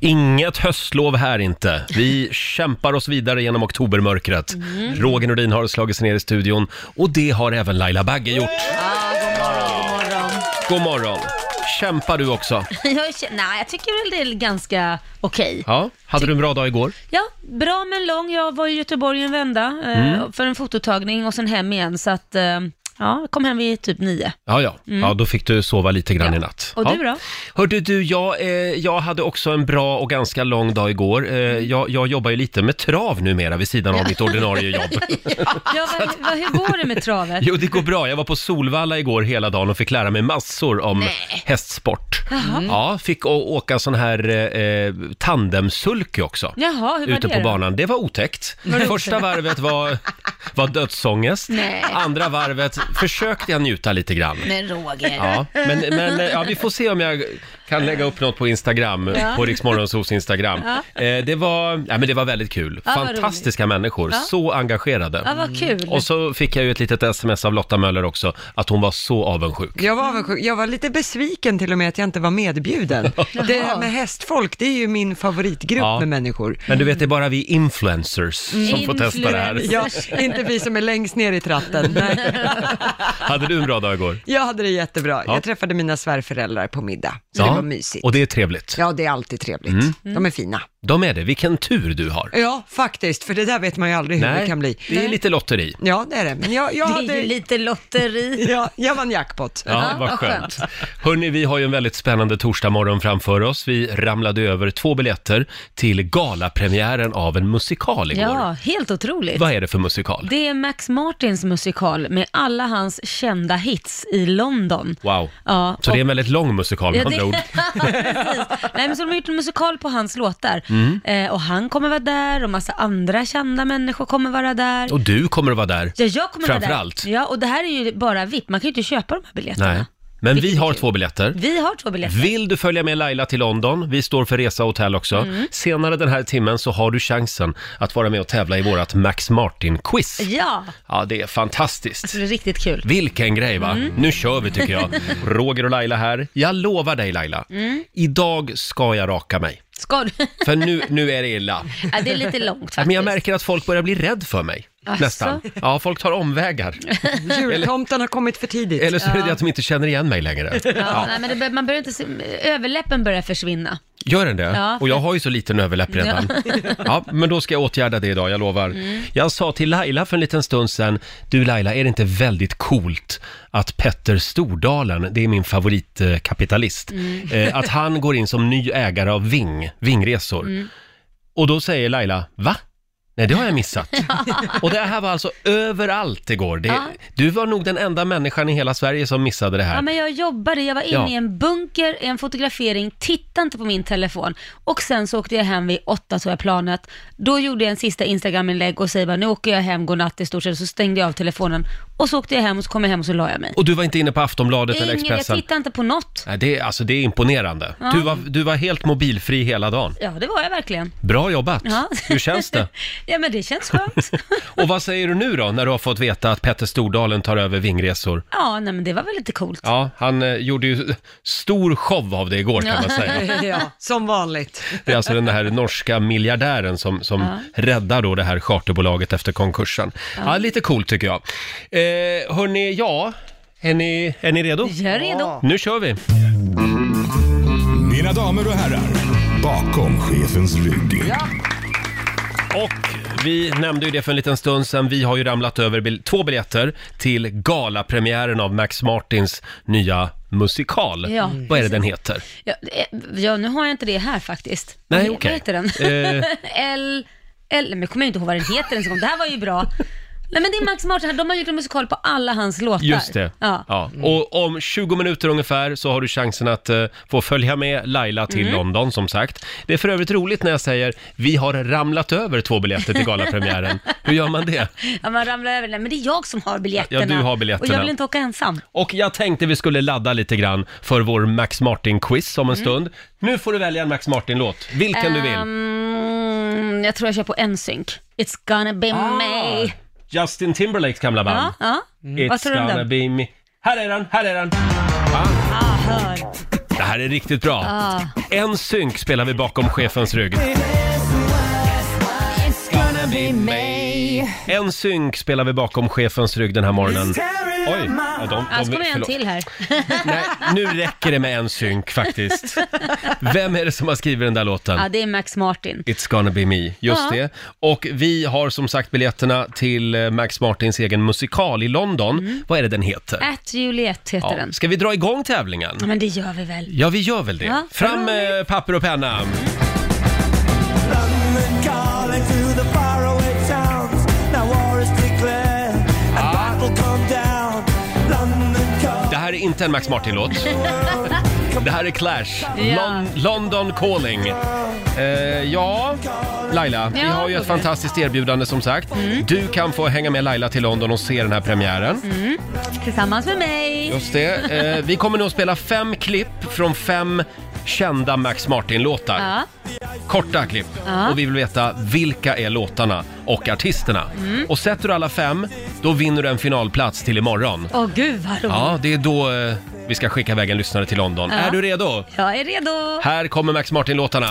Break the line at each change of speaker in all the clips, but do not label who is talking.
Inget höstlov här inte. Vi kämpar oss vidare genom oktobermörkret.
Mm.
Roger Nordin har slagit sig ner i studion och det har även Laila Bagge gjort. God morgon! Kämpar du också?
Jag känner- Nej, jag tycker väl det är ganska okej.
Ja, hade du en bra dag igår?
Ja, bra men lång. Jag var i Göteborg en vända eh,
Mm.
för en fototagning och sen hem igen. Så att, eh, ja, jag kom hem vid typ nio.
Ja, ja. ja då fick du sova lite grann i natt.
Och
ja.
du då?
Hörde du, jag, eh, jag hade också en bra och ganska lång dag igår. Eh, jag, jag jobbar ju lite med trav numera vid sidan av mitt ordinarie jobb.
Ja, vad, vad, hur går det med travet?
Jo, det går bra. Jag var på Solvalla igår hela dagen och fick lära mig massor om
Nej.
hästsport. Mm. Ja, fick å- åka sån här eh, eh, tandemsulky också.
Jaha, hur var
Ute
det
på
då?
banan. Det var otäckt. Första varvet var, var dödsångest.
Nej.
Andra varvet försökte jag njuta lite grann.
Men Roger.
Ja, men, men eh, ja, vi får se om jag kan lägga upp något på Instagram, på Riksmorgonsos Instagram. Eh, det, var, ja, men det var väldigt kul.
Ja, vad
Fantastiska människor, så engagerade.
Ja, vad kul.
Och så fick jag ju ett litet sms av Lotta Möller också, att hon var så avundsjuk.
Jag var, avundsjuk. jag var lite besviken till och med att jag inte var medbjuden. Det här med hästfolk, det är ju min favoritgrupp
Ja.
med människor.
Men du vet, det är bara vi influencers som får testa det här.
Influencers.
Ja, inte vi som är längst ner i tratten. Nej,
Hade du en bra dag igår?
jag hade det jättebra.
Ja.
Jag träffade mina svärföräldrar på middag, så det var mysigt.
Och Mm. det är trevligt.
Ja, det är alltid trevligt. De är fina.
De är det. Vilken tur du har.
Ja, faktiskt, för det där vet man ju aldrig hur det kan bli.
det är lite lotteri.
Ja, det är det. Men jag, jag,
det är ju
hade,
lite lotteri.
ja, jag vann jackpot.
Ja, vad skönt. Hörni, vi har ju en väldigt spännande torsdagmorgon framför oss. Vi ramlade över två biljetter till galapremiären av en musikal igår.
Ja, helt otroligt.
Vad är det för musikal?
Det är Max Martins musikal med alla hans kända hits i London.
Wow.
Ja,
Så det är en väldigt lång musikal med
Ja, det-
andra ord.
Precis. Nej, men så de har gjort en musikal på hans låtar.
Mm.
Eh, och han kommer vara där och massa andra kända människor kommer vara där.
Och du kommer att vara där.
ja, jag kommer vara där.
framförallt.
Ja, och det här är ju bara vitt. Man kan ju inte köpa de här biljetterna.
Nej. Men vi
Vilket är
har
kul.
två biljetter.
Vi har två biljetter.
Vill du följa med Laila till London? Vi står för resa och hotell också.
Mm.
Senare den här timmen så har du chansen att vara med och tävla i vårat Max Martin-quiz.
Ja,
Ja, det är fantastiskt.
det är riktigt kul.
Vilken grej va?
Mm.
Nu kör vi tycker jag. Roger och Laila här. Jag lovar dig Laila,
Mm.
idag ska jag raka mig.
Ska du?
För nu, nu är det illa.
ja, det är lite långt faktiskt.
Men jag märker att folk börjar bli rädd för mig.
Asså?
Nästan. Ja, folk tar omvägar.
Jultomten har kommit för tidigt.
Eller så är det det att de inte känner igen mig längre.
Ja, Nej, men det, bör- man börjar inte se, överläppen börjar försvinna.
Gör den det?
Ja.
Och jag har ju så liten överläpp redan. Ja. men då ska jag åtgärda det idag, jag lovar.
Mm.
Jag sa till Laila för en liten stund sedan, du Laila, är det inte väldigt coolt att Petter Stordalen, det är min favoritkapitalist,
Mm.
eh, att han går in som ny ägare av Ving, Vingresor.
Mm.
Och då säger Laila, va? Nej, det har jag missat. Och det här var alltså överallt igår. Det,
Ja.
Du var nog den enda människan i hela Sverige som missade det här.
Ja, men jag jobbade, jag var inne
Ja.
i en bunker, en fotografering, tittade inte på min telefon. Och sen så åkte jag hem vid åtta, tog jag planet. Då gjorde jag en sista Instagram-inlägg och säger bara, nu åker jag hem, godnatt i stort sett, så stängde jag av telefonen. Och så åkte jag hem och så kom jag hem och så la jag mig.
Och du var inte inne på Aftonbladet eller
Ingen, jag
Expressen?
tittade inte på något.
Nej, det, är- alltså, det är imponerande. Du, var, du var helt mobilfri hela dagen.
Ja, det var jag verkligen.
Bra jobbat!
Ja.
Hur känns det?
Ja, men det känns skönt.
Och vad säger du nu då, när du har fått veta att Petter Stordalen tar över Vingresor?
ja, nej men det var väl lite coolt.
Ja, han eh, gjorde ju stor show av det igår kan man säga.
Ja, som vanligt.
Det är alltså den här norska miljardären som, som räddar då det här charterbolaget efter konkursen. Ja, lite coolt tycker jag. Eh, hörni, ja, är ni, är ni redo?
Jag är redo.
Nu kör vi!
Mina damer och herrar, bakom chefens rygg.
Och vi nämnde ju det för en liten stund sedan, vi har ju ramlat över bil- två biljetter till galapremiären av Max Martins nya musikal.
Ja,
Vad är det den heter?
Ja, eh, ja, nu har jag inte det här faktiskt.
Nej,
Vad he-
okej.
Vad heter den?
Eh.
L... L... Men jag kommer inte ihåg vad den heter ens en gång. Det här var ju bra. Nej, men det är Max Martin. De har gjort en musikal på alla hans låtar.
Just det.
Ja.
Och om 20 minuter ungefär så har du chansen att eh, få följa med Laila
Mm.
till London som sagt. Det är för övrigt roligt när jag säger vi har ramlat över två biljetter till galapremiären. Hur gör man det?
ja, man ramlar över den. Men det är jag som har biljetterna.
Ja, du har biljetterna.
Och jag vill inte åka ensam.
Och jag tänkte vi skulle ladda lite grann för vår Max Martin-quiz om en
Mm.
stund. Nu får du välja en Max Martin-låt, vilken du vill.
Ehm, jag tror jag kör på NSYNC. It's gonna be me.
Justin Timberlakes gamla band.
Ja, ja. Vad
It's
tror du om
gonna
den?
be me. Här är den, här är den!
Ah, hör.
Det här är riktigt bra.
Ah.
En synk spelar vi bakom chefens rygg. En synk spelar vi bakom chefens rygg den här morgonen. Oj, ja, de, de,
Annars kommer en
förlåt.
till här.
Nej, nu räcker det med en synk faktiskt. Vem är det som har skrivit den där låten?
Ja, det är Max Martin.
It's gonna be me, just
Ja.
det. Och vi har som sagt biljetterna till eh, Max Martins egen musikal i London. Vad är det den heter?
At Juliet Mm. Äh, heter
Ja.
den.
Ska vi dra igång tävlingen?
Ja, men det gör vi väl.
Ja, vi gör väl det.
Ja.
Fram med papper och penna. Det här är inte en Max Martin-låt. Det här är Clash, Lon- London calling. Eh, ja, Laila, vi
Ja, Mm.
har ju ett
Roger.
fantastiskt erbjudande som sagt. Du kan få hänga med Laila till London och se den här premiären.
Tillsammans med mig.
Just det. Eh, vi kommer nu att spela fem klipp från fem kända Max Martin-låtar.
Ja.
Korta klipp.
Ja.
Och vi vill veta vilka är låtarna och artisterna.
Mm.
Och sätter du alla fem, då vinner du en finalplats till imorgon.
Åh gud vad roligt.
Ja, det är då eh, vi ska skicka iväg en lyssnare till London.
Ja.
Är du redo?
Jag är redo.
Här kommer Max Martin-låtarna.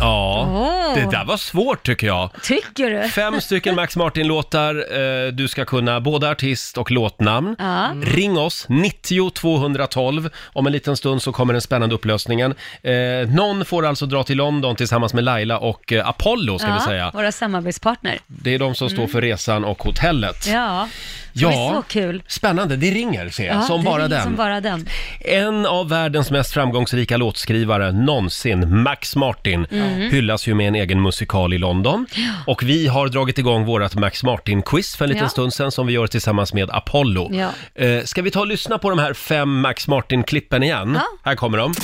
Ja,
Åh.
det där var svårt tycker jag.
Tycker du?
Fem stycken Max Martin-låtar. Eh, Du ska kunna både artist och låtnamn.
Ja. Mm.
Ring oss, 90 212. Om en liten stund så kommer den spännande upplösningen. Eh, Någon får alltså dra till London tillsammans med Laila och eh, Apollo ska vi säga.
Våra samarbetspartner.
Det är de som står för resan och hotellet.
Mm. Ja.
Ja.
Det är så kul.
Spännande, det ringer ser jag.
Ja,
som
det
bara
är
den.
Som bara den.
En av världens mest framgångsrika låtskrivare någonsin, Max Martin,
Mm.
hyllas ju med en egen musikal i London. Och vi har dragit igång vårt Max Martin-quiz för en liten
Ja.
stund sedan som vi gör tillsammans med Apollo.
Ja.
Eh, ska vi ta och lyssna på de här fem Max Martin-klippen igen?
Ja.
Här kommer de.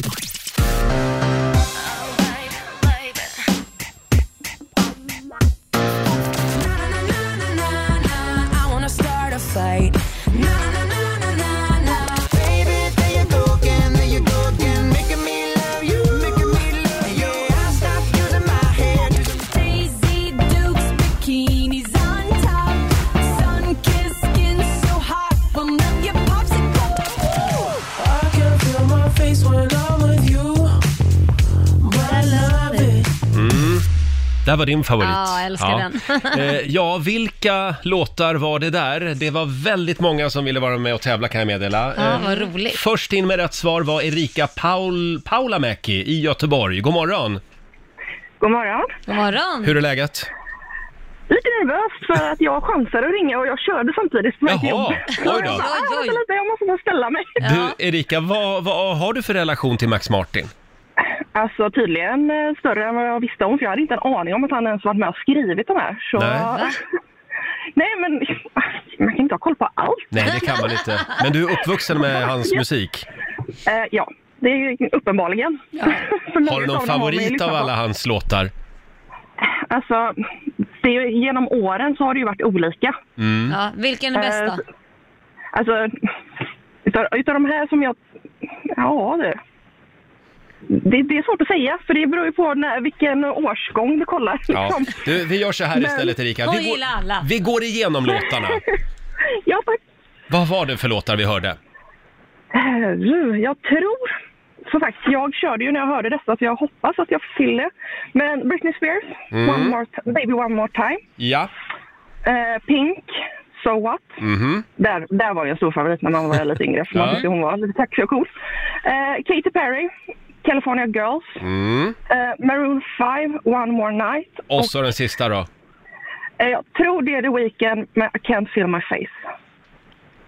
Det här var din favorit.
Ja, jag älskar
den. eh, ja, vilka låtar var det där? Det var väldigt många som ville vara med och tävla kan jag meddela.
Ja,
Eh,
vad roligt.
Först in med rätt svar var Erika Paul, Paulamäki i Göteborg. God morgon!
God morgon.
God morgon.
Hur är läget?
Lite nervöst för att jag chansade att ringa och jag körde samtidigt på väg till
Jaha,
jobbet.
oj
Så
då.
jag bara, "Ah,
Oj, oj.
vänta lite, Jag måste bara ställa mig.
Ja.
Du, Erika, vad, vad har du för relation till Max Martin?
Alltså tydligen eh, större än vad jag visste om för jag hade inte en aning om att han ens varit med och skrivit de här. Så...
Nej.
Va?
Nej men man kan inte ha koll på allt.
Nej, det kan man inte. Men du är uppvuxen med hans musik.
Eh, ja, det är ju uppenbarligen. För många
Har du någon
av dem har man ju
favorit
lyssnat
av
på.
alla hans låtar?
Alltså, det är, ju- genom åren så har det ju varit olika.
Ja, vilken är bästa?
Eh, Alltså, utav, utav de här som jag... Ja, det, det, det är svårt att säga, för det beror ju på när, vilken årsgång du kollar.
Ja.
Liksom.
Du, vi gör så här
Men-
istället, Erika.
Hon
Vi
gillar alla.
går, vi går igenom låtarna.
Ja, tack.
Vad var det för låtar vi hörde?
Eh, Jag tror... Som sagt, jag körde ju när jag hörde dessa, så jag hoppas att jag får till det. Men Britney Spears, one more ti- Baby One More Time,
Ja.
eh, Pink, So What.
Mhm.
Där, där var jag en stor favorit när man var lite yngre, för man
Ja.
tyckte hon var lite taxig och cool. Eh, Katy Perry, California Girls,
Mm.
eh, Maroon 5, One More Night.
Och så den sista då.
Eh, jag tror det är The Weeknd med I Can't Feel My Face.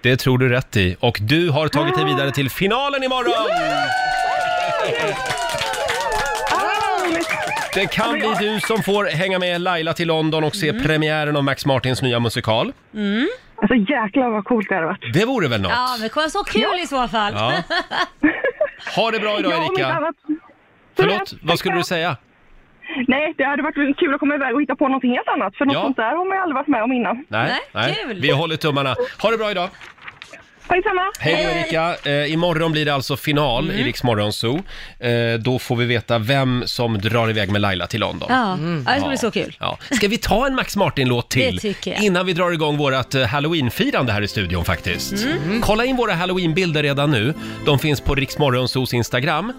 Det tror du rätt i. Och du har tagit dig vidare till finalen imorgon!
Ah,
Oh!
roligt.
Det kan bli du som får hänga med Laila till London och se premiären av Max Martins nya musikal.
Alltså jäklar vad coolt det hade varit.
Det vore väl något?
Ja, men det kommer så kul i så fall.
Ja. Ha det bra idag
Ja, om inte
Erika.
annat-
Förlåt,
Sådär.
vad skulle du säga?
Nej, det hade varit kul att komma iväg och hitta på någonting helt annat. För något
Ja.
sånt där har man ju aldrig varit med om innan.
Nej,
Nej, kul.
Vi håller tummarna. Ha det bra idag.
Ha detsamma!
Hej då Erika. Eh, imorgon blir det alltså final
Mm.
i Rix Morgon Zoo. Eh, då får vi veta vem som drar iväg med Laila till London.
Ja, ja det ska bli så kul.
Mm. Ja. Ska vi ta en Max Martin-låt till?
Det tycker jag.
Innan vi drar igång vårt eh, halloween-firande här i studion faktiskt.
Mm.
Kolla in våra halloween-bilder redan nu. De finns på Rix Morgonzoos Instagram.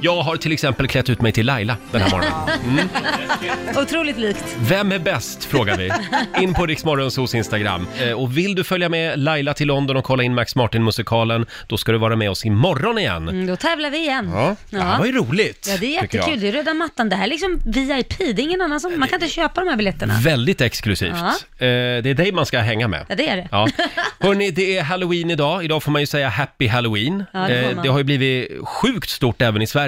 Jag har till exempel klätt ut mig till Laila den här morgonen.
Otroligt likt.
Vem är bäst, frågar vi. In på Riksmorgonsos Instagram. Eh, Och vill du följa med Laila till London och kolla in Max Martin-musikalen, då ska du vara med oss imorgon igen.
Mm, då tävlar vi igen.
Ja, det här var ju roligt.
Ja, det är
tycker jag.
jättekul. Det är röda mattan. Det här är liksom VIP. Det är ingen annan som... Man kan inte köpa de här biljetterna.
Väldigt exklusivt.
Ja.
Eh, Det är dig man ska hänga med.
Ja, det är det.
Ja. Hörni, det är halloween idag. Idag får man ju säga happy halloween.
Ja, det får
Eh,
man.
det har ju blivit sjukt stort även i Sverige,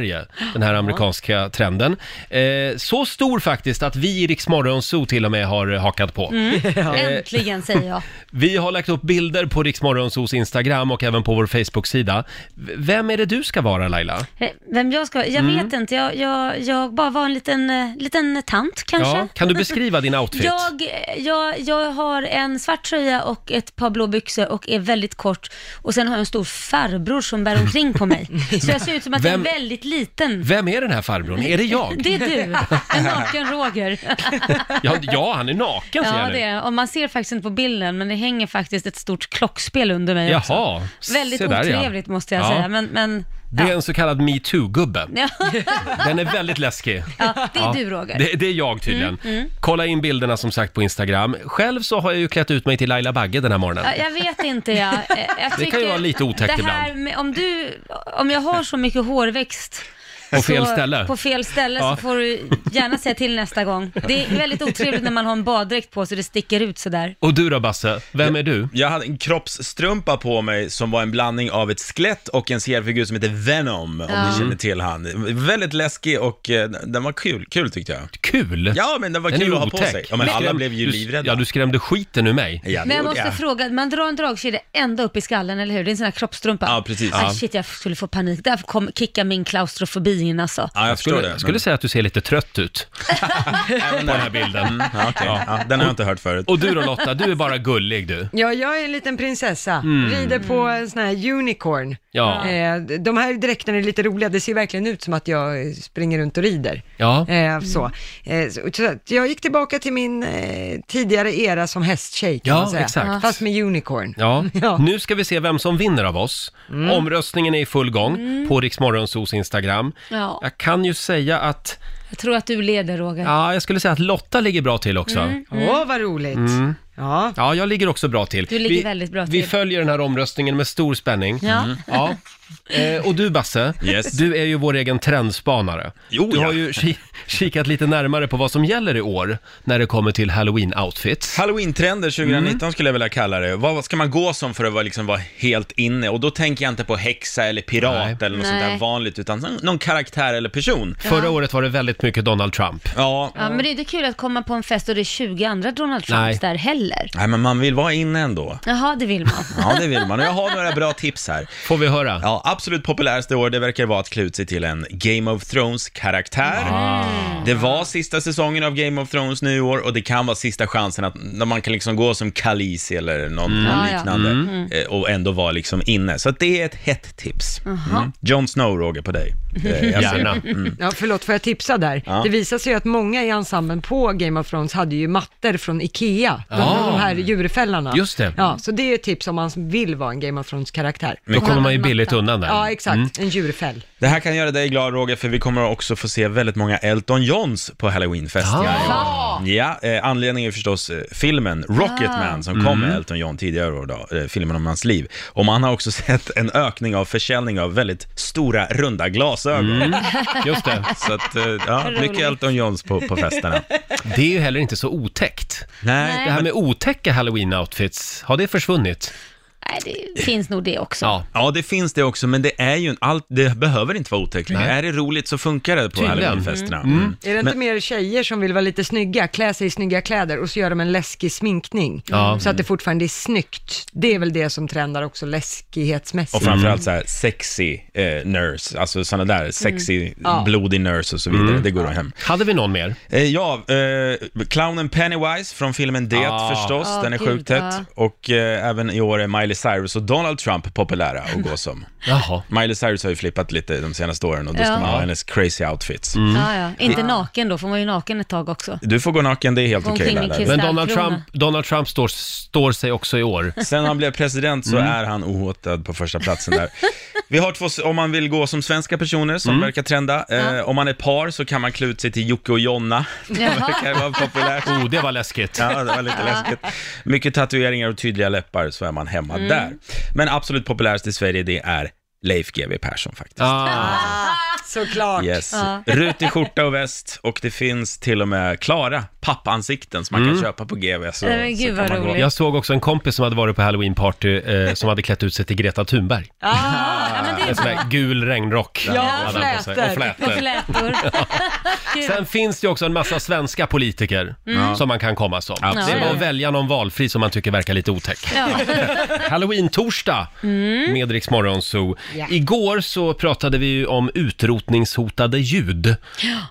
den här amerikanska trenden. Eh, så stor faktiskt att vi i Rix Morgon Zoo till och med har hakat på.
Mm. Äntligen, säger jag.
Vi har lagt upp bilder på Rix Morgonzoos Instagram och även på vår Facebook-sida. V- Vem är det du ska vara Laila?
Eh, Vem jag ska...
Mm.
Jag vet inte. Jag, jag, jag bara var en liten, eh, liten tant, kanske.
Ja, kan du beskriva din outfit?
Jag, jag, jag har en svart tröja och ett par blå byxor och är väldigt kort. Och sen har jag en stor farbror som bär omkring på mig. Så jag ser ut som att
Vem-
jag är väldigt liten.
Vem är den här farbrorn? Är det jag?
Det är du, en naken Roger.
Ja, ja han är naken ser
Ja,
jag
det
nu.
är. Och man ser faktiskt inte på bilden, men det hänger faktiskt ett stort klockspel under mig också.
Jaha,
Väldigt
se där, ja.
otrevligt måste jag
Ja.
säga, men, men
Det är en så kallad metoo-gubbe.
ja,
Den är väldigt läskig.
ja, det är
Ja,
du Roger.
Det, det är jag tydligen.
Mm,
Kolla in bilderna som sagt på Instagram. Själv så har jag ju klätt ut mig till Laila Bagge den här morgonen.
Ja, Jag vet inte jag. Eh, jag
kan ju
tycker-
vara lite otäckt
det här
ibland.
Med, om, du, om jag har så mycket hårväxt
På fel
så,
ställe.
På fel ställe
Ja.
så får du gärna säga till nästa gång. Det är väldigt otrevligt när man har en baddräkt på sig det sticker ut sådär.
Och du då Basse, vem är du?
Jag hade en kroppsstrumpa på mig som var en blandning av ett skelett och en seriefigur som heter Venom, om
Ja.
ni känner till han. Väldigt läskig och eh, den var kul, kul tyckte jag.
Kul!
Ja, men den var
Den är
kul
ju
att ha på
otäck.
sig. Ja, men
Du
alla
skräm-
blev ju
du-
livrädda.
Ja, du skrämde skiten ur mig.
Ja, det
Men jag
gjorde
måste fråga, man drar en dragkedja ända upp i skallen, eller hur? Det är en sån här kroppstrumpa.
Ja, precis.
Aj,
Ja.
shit, jag skulle få panik. Där kom, kicka min klaustrofobi in alltså.
Ja, jag,
Jag skulle,
förstår det.
jag skulle säga att du ser lite trött ut
men,
på den här bilden.
ja, okej. ja, den har jag inte hört förut.
Och du då Lotta, du är bara gullig du.
Ja, jag är en liten prinsessa,
Mm.
rider på en sån här unicorn.
Ja.
Mm.
Eh, de här dräkterna är lite roliga, det ser verkligen ut som att jag springer runt och rider.
Ja.
Eh, så. Eh, så, så att jag gick tillbaka till min eh, tidigare era som hästtjej kan
Ja,
man säga.
exakt.
Fast med unicorn.
Ja.
Ja.
Nu ska vi se vem som vinner av oss.
Mm.
Omröstningen är i full gång på Riksmorgonsos Instagram.
Ja.
Jag kan ju säga att,
Jag tror att du leder Roger.
ja, jag skulle säga att Lotta ligger bra till också.
Mm.
Åh,
Mm.
vad roligt. Ja.
Ja, jag ligger också bra till.
Du ligger väldigt bra
Vi
till.
följer den här omröstningen med stor spänning. Mm.
Ja.
Ja. Eh, och du Basse,
Yes.
du är ju vår egen trendspanare.
Jo,
du har
ja.
ju ki- kikat lite närmare på vad som gäller i år när det kommer till halloween-outfits. Mm.
Halloween-trender 2019 skulle jag vilja kalla det. Vad ska man gå som för att vara, liksom, vara helt inne? Och då tänker jag inte på häxa eller pirat
Nej.
eller något
Nej.
sånt där vanligt, utan någon- någon karaktär eller person.
Förra året var det väldigt mycket Donald Trump.
Ja,
Ja, men det är inte kul att komma på en fest och det är 20 andra Donald Trumps
Nej.
där heller.
Nej, men man vill vara inne ändå.
Jaha, det vill man.
Ja, det vill man. Och jag har några bra tips här.
Får vi höra?
Ja, absolut populäraste i år, det verkar vara att klä ut sig till en Game of Thrones-karaktär.
Ah.
Det var sista säsongen av Game of Thrones nu i år och det kan vara sista chansen att när man kan liksom gå som Khaleesi eller någon någon
Mm. Ja, Mm. ja.
liknande eh, och ändå vara liksom inne. Så att det är ett hett tips. Mm. Jon Snow, Roger, på dig. Eh, jag ser-
Gärna.
Ja, förlåt, får jag tipsa där? Det visar sig ju att många i ensemblen på Game of Thrones hade ju mattor från Ikea, de,
Ah.
de här djurfällarna.
Just det. Mm.
Ja, så det är ett tips om man vill vara en Game of Thrones-karaktär.
Då kommer man ju
Matta.
billigt undan där.
Ja, exakt, en djurfäll.
Det här kan göra dig glad Roger, för vi kommer också få se väldigt många Elton Johns på Halloweenfest.
Ah.
Ja, ja eh, anledningen är förstås eh, filmen Rocketman som kom med Elton John tidigare år då, eh, filmen om hans liv. Och man har också sett en ökning av försäljning av väldigt stora runda glasögon.
Just det.
Så att, eh, ja, mycket Elton Johns på, på festerna.
Det är ju heller inte så otäckt.
Nej,
Det här med otäcka halloween-outfits, har det försvunnit?
Nej, det finns nog det också.
Ja.
Ja, det finns det också, men det är ju en, allt, det behöver inte vara otäckt. längre.
Nej.
Är det roligt så funkar det på
Tydligen.
halloweenfesterna. Mm.
Är det inte mer tjejer som vill vara lite snygga, klä sig i snygga kläder och så gör de en läskig sminkning
Ja.
så att det fortfarande är snyggt? Det är väl det som trendar också läskighetsmässigt.
Och framförallt så här sexy eh, nurse, alltså sådana
Mm.
där sexy, blodig nurse och så vidare. Det går hem.
Hade vi någon mer?
Eh, ja, eh, clownen Pennywise från filmen Det
Ah.
förstås,
Ah,
den är
gud,
sjukt
ja.
tät. Och eh, även i år är Miley Cyrus och Donald Trump populära att gå som.
Jaha.
Miley Cyrus har ju flippat lite de senaste åren och då ska
Ja.
man ha hennes crazy outfits.
Mm.
Ja, ja. Inte naken då, för hon var ju naken ett tag också.
Du får gå naken, det är helt
Gå
okej.
omkring i
Laila.
kiss.
Men
Stark
Donald
krona.
Trump, Donald Trump står, står sig också i år.
Sen han blev president så
Mm.
är han ohotad på första platsen där. Vi har två, s- om man vill gå som svenska personer
Mm.
som verkar trenda. Eh, om man är par så kan man klä ut sig till Jocke och Jonna. Det
Jaha.
verkar vara populärt.
Oh, det var läskigt.
Ja, det var lite läskigt. Mycket tatueringar och tydliga läppar så är man hemma
Mm.
där. Men absolut populärast i Sverige det är Leif GW Persson faktiskt.
Ah,
Såklart.
Yes.
Ja.
Rutig skjorta och väst och det finns till och med klara pappansikten som man kan köpa på GW. Så,
Mm. Nej, men
så
gud,
kan
vad
man gå-
roligt.
jag såg också en kompis som hade varit på halloweenparty eh, som hade klätt ut sig till Greta Thunberg.
Ah, ja, men det
En sån
är
där gul regnrock.
Ja,
hade han på sig.
flätor.
Och
bra.
flätor.
Flätor. Kul.
Sen finns det ju också en massa svenska politiker
Mm.
som man kan komma som. Det är bara att välja någon valfri som man tycker verkar lite otäck.
Ja. Mm.
Halloween-torsdag med Rix Morgon Zoo. Igår så pratade vi ju om utrotningshotade ljud.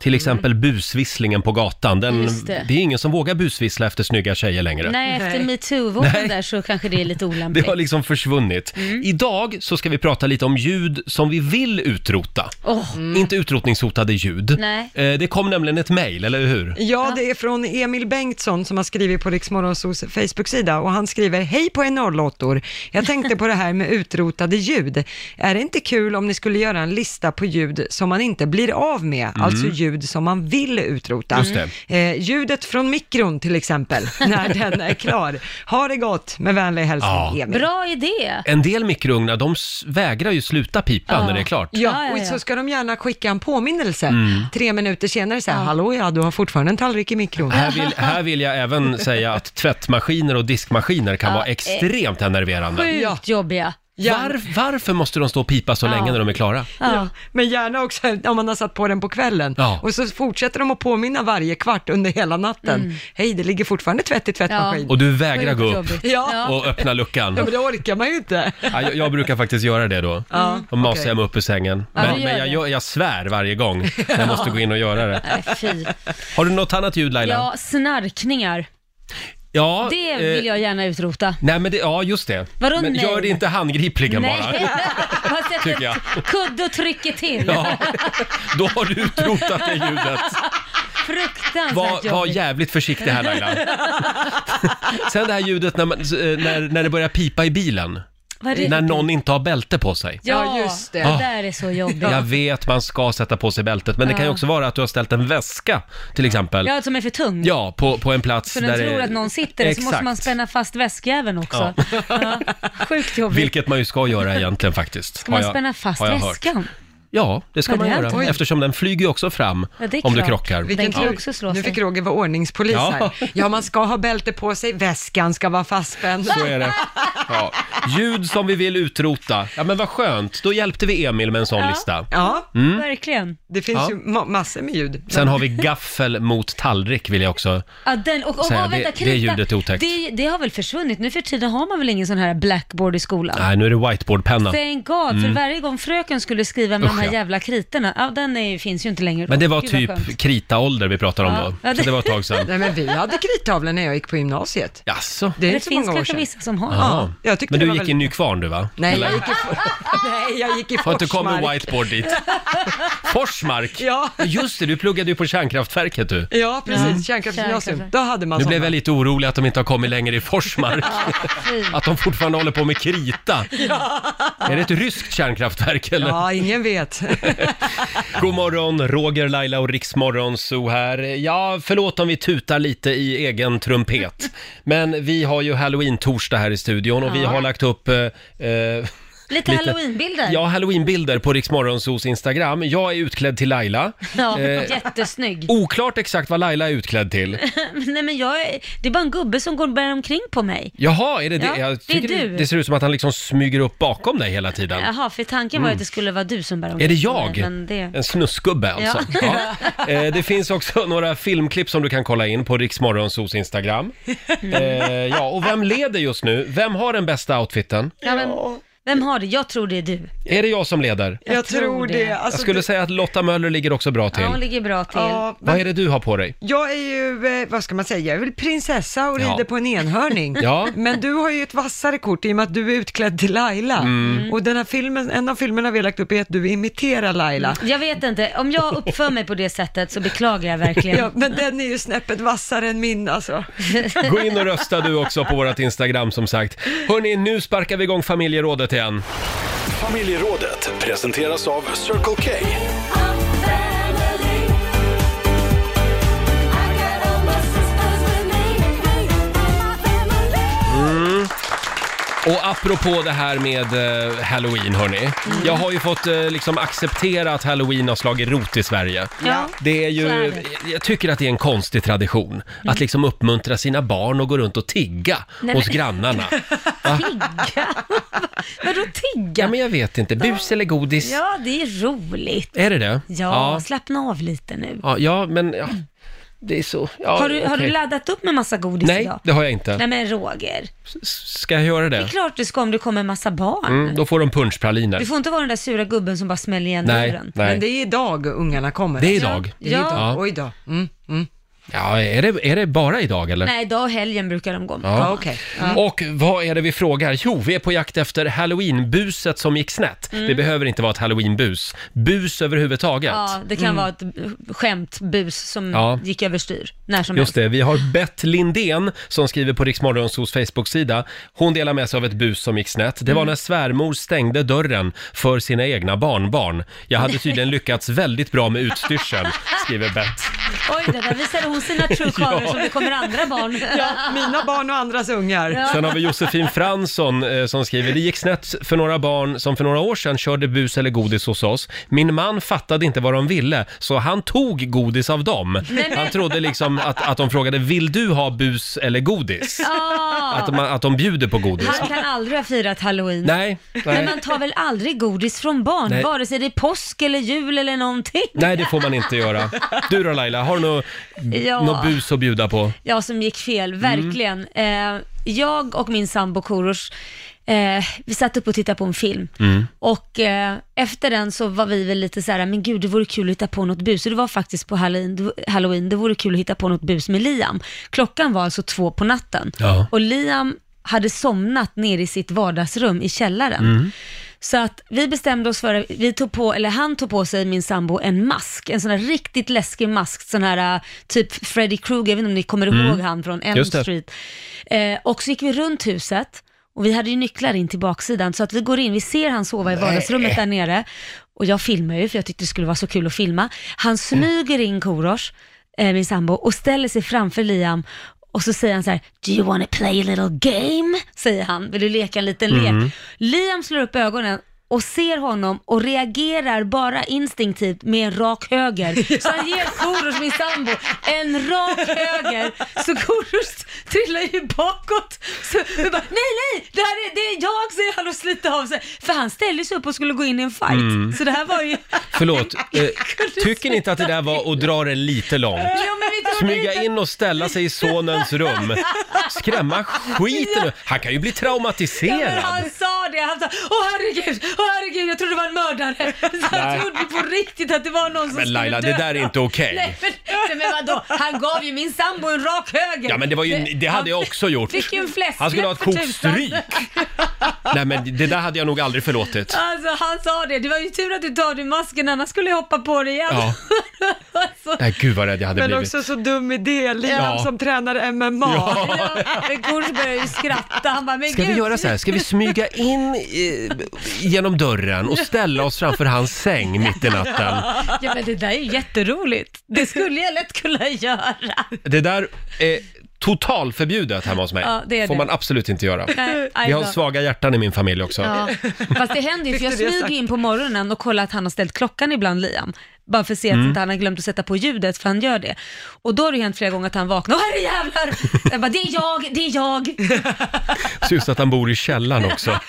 Till exempel busvisslingen på gatan. Den,
Mm. Just
det.
det.
är ingen som vågar busvissla efter snygga tjejer längre.
Nej, efter
Nej.
metoo-vågen där så kanske det är lite
Det
olämpligt.
har liksom försvunnit.
Mm.
Idag så ska vi prata lite om ljud som vi vill utrota.
Åh,
Inte utrotningshotade ljud.
Mm. Nej.
Eh, Det kom nämligen ett mejl, eller hur?
Ja, det är från Emil Bengtsson som har skrivit på Riksmorgonsos Facebook-sida och han skriver Hej på er norrlottor! Jag tänkte på det här med utrotade ljud. Är det inte kul om ni skulle göra en lista på ljud som man inte blir av med, alltså ljud som man vill utrota?
Just det.
Eh, ljudet från mikron till exempel, när den är klar. Ha det gott! Med vänlig hälsning
Ja.
Emil.
bra idé!
En del mikrougnar, de s- vägrar ju sluta pipa
Ja.
när det är klart.
Ja,
Ja,
ja,
och
ja.
så ska de gärna skicka en påminnelse tre minuter senare så här, hallå ja, du har fortfarande en tallrik i mikron.
Här vill, här vill jag även säga att tvättmaskiner och diskmaskiner kan
Ja, eh,
vara extremt enerverande.
Sjukt
Ja.
jobbiga.
Var, varför måste de stå och pipa så länge när de är klara?
Ja.
Ja, men gärna också om man har satt på den på kvällen.
Ja.
Och så fortsätter de att påminna varje kvart under hela natten.
Mm.
Hej, det ligger fortfarande tvätt i tvättmaskinen. Ja.
Och du vägrar gå upp
Sjukt jobbigt.
Ja.
och öppna luckan.
men det orkar man ju inte.
Ja, jag, jag brukar faktiskt göra det då. Då masar
okej.
jag mig upp ur sängen.
Ja,
Men,
du gör
men jag,
det.
gör- jag svär varje gång när jag måste gå in och göra det.
Nej, fy.
Har du något annat ljud Laila?
Ja, snarkningar.
Ja,
Det
eh,
vill jag gärna utrota.
Nej men det, ja just det.
Vadå
men
nej?
gör det inte handgripligen bara.
Nej, man
Tycker jag.
sätter kudde och trycker till.
Ja, då har du utrotat det ljudet.
Fruktansvärt
Var, var
jobbigt.
jävligt försiktig här Laila. Sen det här ljudet när, man, eh, när, när det börjar pipa i bilen.
Vad är det?
När någon inte har bälte på sig.
Ja,
Ja, just det.
det. där är så jobbigt.
Ah. Jag vet, man ska sätta på sig bältet, men det kan ju också vara att du har ställt en väska till exempel.
Ja, som är för tung.
Ja, på, på en plats
För
där
den
det-
tror att någon sitter där, så måste man
Exakt.
spänna fast väskjäveln också. Ja. Sjukt jobbigt.
Vilket man ju ska göra egentligen faktiskt.
Ska man spänna fast väskan?
Ja, det ska
Har
man
det
göra.
hänt? Oj.
Eftersom den flyger ju också fram
Ja, det är
om du
klart.
krockar.
Vi- Den kan ju också slå
nu
sig.
fick Roger vara ordningspolis
Ja.
här. Ja, man ska ha bälte på sig, väskan ska vara fastspänd.
Så är det. Ja. Ljud som vi vill utrota. Ja, men vad skönt. Då hjälpte vi Emil med en sån
Ja.
lista.
Ja,
Verkligen.
det finns
Mm. Ja.
ju ma- massor med ljud.
Sen har vi gaffel mot tallrik vill jag också.
Ja, den, och, och,
Säga,
och, vänta,
det- det ljudet är otäckt.
Det, det har väl försvunnit? Nu för tiden har man väl ingen sån här blackboard i skolan?
Nej, nu är det whiteboardpenna.
Thank God, för varje gång fröken skulle skriva med
Usch,
de här
ja.
jävla kriterna, ja, den är, finns ju inte längre. då.
Men det var
Gud, vad
typ
skönt.
kritaålder vi pratade om
Ja.
då.
Ja,
Så
det-
det var ett tag sedan.
Nej, men vi hade krittavlor när jag gick på gymnasiet.
Jaså?
Det är
Det
inte så
finns
många år
kanske
sedan.
vissa som har.
Ja.
jag tyckte
Men
det
du
var
gick i
väldigt-
Nykvarn du va?
Nej,
Eller?
jag gick i, Nej, jag gick i
Har inte kommit
Forsmark.
whiteboard dit. Forsmark!
Ja.
Just det, du pluggade ju på kärnkraftverket du.
Ja, precis.
Mm.
Kärnkraftsgymnasium.
Kärnkraft.
Då hade man
Nu blev
såna.
jag lite orolig att de inte har kommit längre i Forsmark.
Fy.
Att de fortfarande håller på med krita. Är det ett ryskt kärnkraftverk eller?
Ja, ingen vet.
God morgon, Roger, Laila och Riksmorgon så här. Ja, förlåt om vi tutar lite i egen trumpet. Men vi har ju halloween-torsdag här i studion och vi har lagt upp... Eh, eh,
Lite halloweenbilder.
Ja, halloweenbilder på Riksmorgonsos Instagram. Jag är utklädd till Laila.
Ja,
Eh,
jättesnygg.
Oklart exakt vad Laila är utklädd till.
Nej men jag är, det är bara en gubbe som går och bär omkring på mig.
Jaha, är det det?
Ja, det är
Jag tycker det,
du.
det ser ut som att han liksom smyger upp bakom dig hela tiden.
Jaha, för tanken var ju att det skulle vara du som bär omkring
Mm. Är det
På
jag?
mig, men det...
En snusgubbe alltså. Ja. Eh, det finns också några filmklipp som du kan kolla in på Riksmorgonsos Instagram.
Mm.
Eh, ja, och vem leder just nu? Vem har den bästa outfiten?
Ja, men, vem har det? Jag tror det är du.
Är det jag som leder?
Jag, tror,
tror
det.
det.
Jag
Alltså,
skulle
det-
säga att Lotta Möller ligger också bra
Ja,
till.
hon ligger bra till.
ja,
Vad
men
är det du har på dig?
jag är ju, eh, vad ska man säga, jag är väl prinsessa och
Ja.
rider på en enhörning.
Ja.
Men du har ju ett vassare kort i och med att du är utklädd till Laila.
Mm.
Och den här filmen, en av filmerna vi har lagt upp är att du imiterar Laila.
Mm.
Jag vet inte, om jag uppför mig på det sättet så beklagar jag verkligen.
Ja, men den är ju snäppet vassare än min alltså.
Gå in och rösta du också på vårt Instagram som sagt. Hörni, nu sparkar vi igång familjerådet igen.
Familjerådet presenteras av Circle K.
Och apropå det här med eh, Halloween hörni. Jag har ju fått eh, liksom acceptera att Halloween har slagit rot i Sverige.
Ja.
Det är ju,
Så är det. Mm.
jag tycker att det är en konstig tradition. Att liksom uppmuntra sina barn och gå runt och tigga
Nej,
hos
men-
grannarna.
Tigga? Vadå tigga?
Ja
Ja,
men jag vet inte, bus eller godis?
det är roligt.
Är det det?
Ja, slappna av lite nu.
ja, ja men ja. det är så. Ja,
har, du, har du
okej.
laddat upp med massa godis
Nej,
idag?
det har jag inte.
Nej men Roger,
S- Ska jag göra
det är
det?
klart du ska om du kommer en massa barn.
Mm, då får de punschpraliner.
Du får inte vara den där sura gubben som bara smäller igen
Nej,
dörren.
nej.
Men det är idag ungarna kommer.
Det är idag.
Det är
Ja.
idag. Oj då. Mm, mm.
Ja, är det, är det bara idag eller?
Nej, idag och helgen brukar de gå.
Ja.
Ja, okej.
Och vad är det vi frågar? Jo, vi är på jakt efter halloweenbuset som gick snett.
Mm.
Det behöver inte vara ett halloweenbus. Bus överhuvudtaget.
Ja, det kan vara ett eh, skämt, bus som
Mm. Ja.
gick överstyr när som
Just
helst.
det, vi har Bett Lindén som skriver på Riksmorgonsos Facebook-sida. Hon delar med sig av ett bus som gick snett. Det var
Mm.
när svärmor stängde dörren för sina egna barnbarn. Jag hade tydligen lyckats väldigt bra med utstyrseln, skriver Bett.
Oj, då, där visade hon sina true colors
Ja.
som det kommer andra barn.
Mina barn och andras ungar.
Sen har vi Josefin Fransson eh, som skriver, det gick snett för några barn som för några år sedan körde bus eller godis hos oss. Min man fattade inte vad de ville, så han tog godis av dem. Han trodde liksom att, att de frågade, vill du ha bus eller godis?
Ja.
Att, de, att de bjuder på godis.
Ah, Han kan aldrig ha firat halloween.
Nej,
Mm. Men
nej.
man tar väl aldrig godis från barn,
Nej.
vare sig det är påsk eller jul eller någonting.
nej, det får man inte göra. Du då Laila, har du något,
Ja.
något bus att bjuda på?
Ja, som gick fel, verkligen. Eh, jag och min sambo Korosh, eh, vi satt upp och tittade på en film. Och eh, efter den så var vi väl lite så här, men gud det vore kul att hitta på något bus. Och det var faktiskt på halloween, halloween, det vore kul att hitta på något bus med Liam. Klockan var alltså två på natten.
Ja.
Och Liam hade somnat nere i sitt vardagsrum i källaren. Så att vi bestämde oss för, att- vi tog på, eller han tog på sig, min sambo, en mask. En sån här riktigt läskig mask, sån här äh, typ Freddy Krueger, jag vet inte om ni kommer ihåg han från Elm
Mm. Just det.
Street. Eh, och så gick vi runt huset och vi hade ju nycklar in till baksidan, så att vi går in, vi ser han sova i vardagsrummet där nere. Och jag filmar ju, för jag tyckte det skulle vara så kul att filma.
Mm.
Han smyger in Korosh, eh, min sambo, och ställer sig framför Liam och så säger han så här, do you wanna play a little game? Säger han, vill du leka en liten
Mm.
lek? Liam slår upp ögonen och ser honom och reagerar bara instinktivt med en rak höger. Så han ger Korosh, min sambo, en rak höger. Så Korosh trillar ju bakåt. Så vi bara, nej, nej, det här är, det är jag, säger han och sliter av sig. För han ställde sig upp och skulle gå in i en fight.
Mm.
Så det här var ju...
Förlåt, eh, tycker ni inte att det där var att dra det lite långt?
Jo, men vi trodde
Smyga
inte-
in och ställa sig i sonens rum. Skrämma skiten ur- Han kan ju bli
Ja, men
traumatiserad.
han sa det, han sa åh herregud, åh herregud, jag trodde det var en mördare. Så
Nej.
han trodde på riktigt att det var någon som
Men
skulle
Laila,
dö.
det där är inte okej.
Nej men, nej, men vadå, han gav ju min sambo en rak höger.
Ja, men det, var ju, det hade jag också gjort.
Fick ju en fläskläpp
Han skulle ha ett
för
kokt
tusan.
stryk. Nej, men det där hade jag nog aldrig förlåtit.
Alltså han sa det, det var ju tur att du tog din masken annars skulle jag hoppa på dig igen.
Ja.
alltså,
Nej, gud vad rädd jag hade
Men
blivit.
också så dum idé, Liam
Ja.
som tränar MMA.
ja, men Kors började ju skratta, han bara men
Ska vi
gud.
göra så här? Ska vi smyga in eh, genom dörren och ställa oss framför hans säng mitt i natten?
Ja men det där är ju jätteroligt, det skulle jag lätt kunna göra.
Det där eh, totalförbjudet hemma hos mig.
Ja, det är
Får
det.
man absolut inte göra.
Nej, aj
Vi har
då.
svaga hjärtan i min familj också.
Ja. Fast det händer ju, för jag
Fick du det
smyger
sagt?
in på morgonen och kollar att han har ställt klockan ibland, Liam. Bara för att se att
Mm.
inte han har glömt att sätta på ljudet, för han gör det. Och då har det hänt flera gånger att han vaknar, åh herrejävlar! Jag bara, det är jag, det är jag!
Ser ut att han bor i källaren också.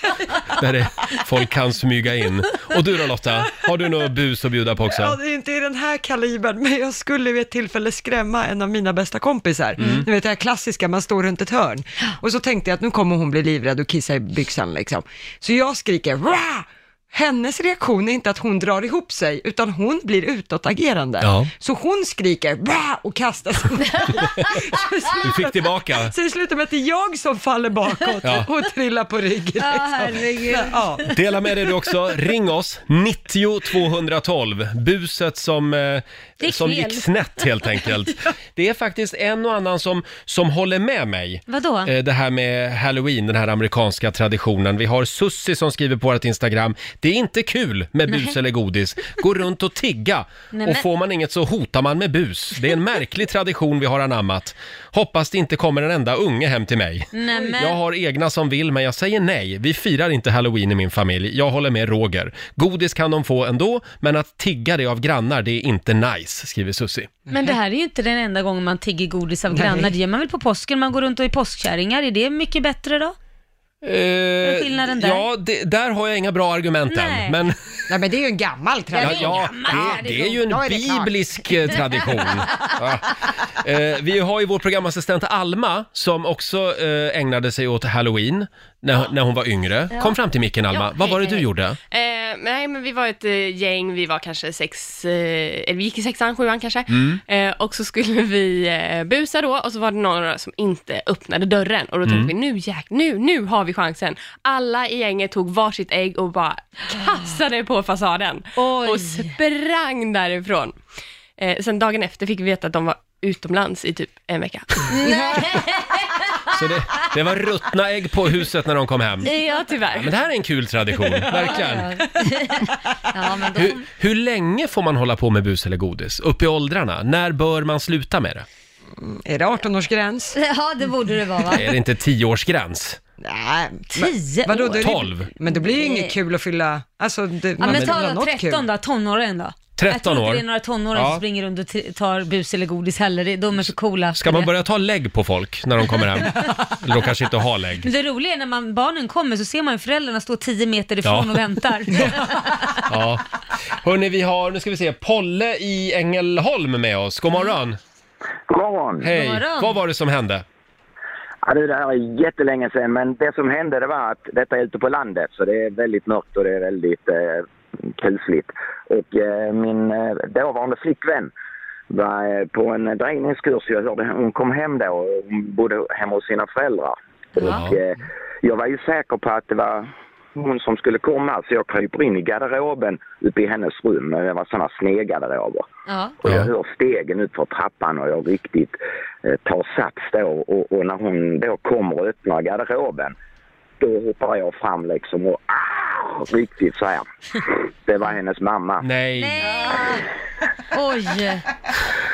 Där det, folk kan smyga in. Och du då Lotta, har du något bus att bjuda på också?
Ja, det är inte i den här kalibern, men jag skulle vid ett tillfälle skrämma en av mina bästa kompisar.
Mm.
Ni vet det här klassiska, man står runt ett hörn. Och så tänkte jag att nu kommer hon bli livrädd och kissa i byxan liksom. Så jag skriker Wah! Hennes reaktion är inte att hon drar ihop sig, utan hon blir utåtagerande.
Ja.
Så hon skriker Wah! och kastar sig.
Du fick tillbaka.
så det slutar med att det är jag som faller bakåt
Ja.
och trillar på ryggen.
Ja,
Liksom.
herregud.
Ja.
Dela med dig du också. Ring oss, 90 212. Buset som, eh,
gick
som
fel.
gick snett helt enkelt. Det är faktiskt en och annan som, som håller med mig.
Vadå?
Eh, Det här med halloween, den här amerikanska traditionen. Vi har Sussi som skriver på vårt Instagram. Det är inte kul med bus eller godis. Gå runt och tigga.
Nej,
och
men-
får man inget så hotar man med bus. Det är en märklig tradition vi har anammat. Hoppas det inte kommer en enda unge hem till mig.
Nej, men-
Jag har egna som vill, men jag säger nej. Vi firar inte halloween i min familj. Jag håller med Roger. Godis kan de få ändå, men att tigga det av grannar, det är inte nice, skriver Sussi.
Men det här är ju inte den enda gången man tigger godis av grannar, det gör man väl på påsken, man går runt och är påskkärringar, är det mycket bättre då?
Eh,
skillnaden där?
Ja, det, där har jag inga bra argument än.
Nej.
Men,
Nej, men det är ju en gammal
ja,
tradition.
ja,
gammal
det, det är ju en
tradition. Ja, det är klart.
biblisk eh, tradition. Ja. Eh, vi har ju vår programassistent Alma som också eh, ägnade sig åt halloween när, när hon var yngre. Kom fram till micken Alma,
Ja,
vad var det
hej,
du
hej.
gjorde?
Eh, nej, men vi var ett eh, gäng, vi var kanske sex, eh, eller vi gick i sexan, sjuan kanske. Eh, och så skulle vi eh, busa då och så var det några som inte öppnade dörren. Och då tänkte vi, nu jäk, nu, nu har vi chansen. Alla i gänget tog varsitt ägg och bara kastade på fasaden.
Oj.
Och sprang därifrån. Eh, sen dagen efter fick vi veta att de var utomlands i typ en vecka.
Så det, det var ruttna ägg på huset när de kom hem.
ja,
Men
tyvärr.
det här är en kul tradition, verkligen.
ja, men då...
Hur, hur länge får man hålla på med bus eller godis? Upp i åldrarna? När bör man sluta med det?
Är det 18-årsgräns?
Ja, det borde det vara va?
Är det inte tioårsgräns?
Nej.
Tio
Vadå,
år?
då är det-
Tolv.
Men det blir ju inget kul att fylla, alltså det,
Ja,
man
men
vill
ta
ha
då
något
13 då, tonåren då.
13
jag tror inte
år.
det är några tonåringar
Ja.
som springer runt och t- tar bus eller godis heller. Det- De är för coola.
Ska
för
man
det.
börja ta lägg på folk när de kommer hem? Eller de kanske inte har lägg.
Men det roliga är när man, barnen kommer så ser man ju föräldrarna stå 10 meter ifrån
Ja.
och väntar.
Ja. Hörni, vi har, nu ska vi se, Polle i Ängelholm med oss. God morgon!
God morgon!
Hej!
Mm. God morgon.
Vad var det som hände?
Ja, du, det här är jättelänge sedan, men det som hände det var att detta är ute på landet så det är väldigt mörkt och det är väldigt eh, kusligt. Och eh, min eh, dåvarande flickvän var eh, på en drejningskurs. Jag hörde hon kom hem då och hon bodde hemma hos sina föräldrar. Och, eh, jag var ju säker på att det var hon som skulle komma så jag kryper in i garderoben uppe i hennes rum. Det var sådana snegarderober.
Ja.
Och
Ja.
jag hör stegen ut för trappan och jag riktigt eh, tar sats då och, och när hon då kommer och öppnar garderoben då hoppar jag fram liksom och ah, riktigt så här. Det var hennes mamma.
Nej.
Nej. Oj.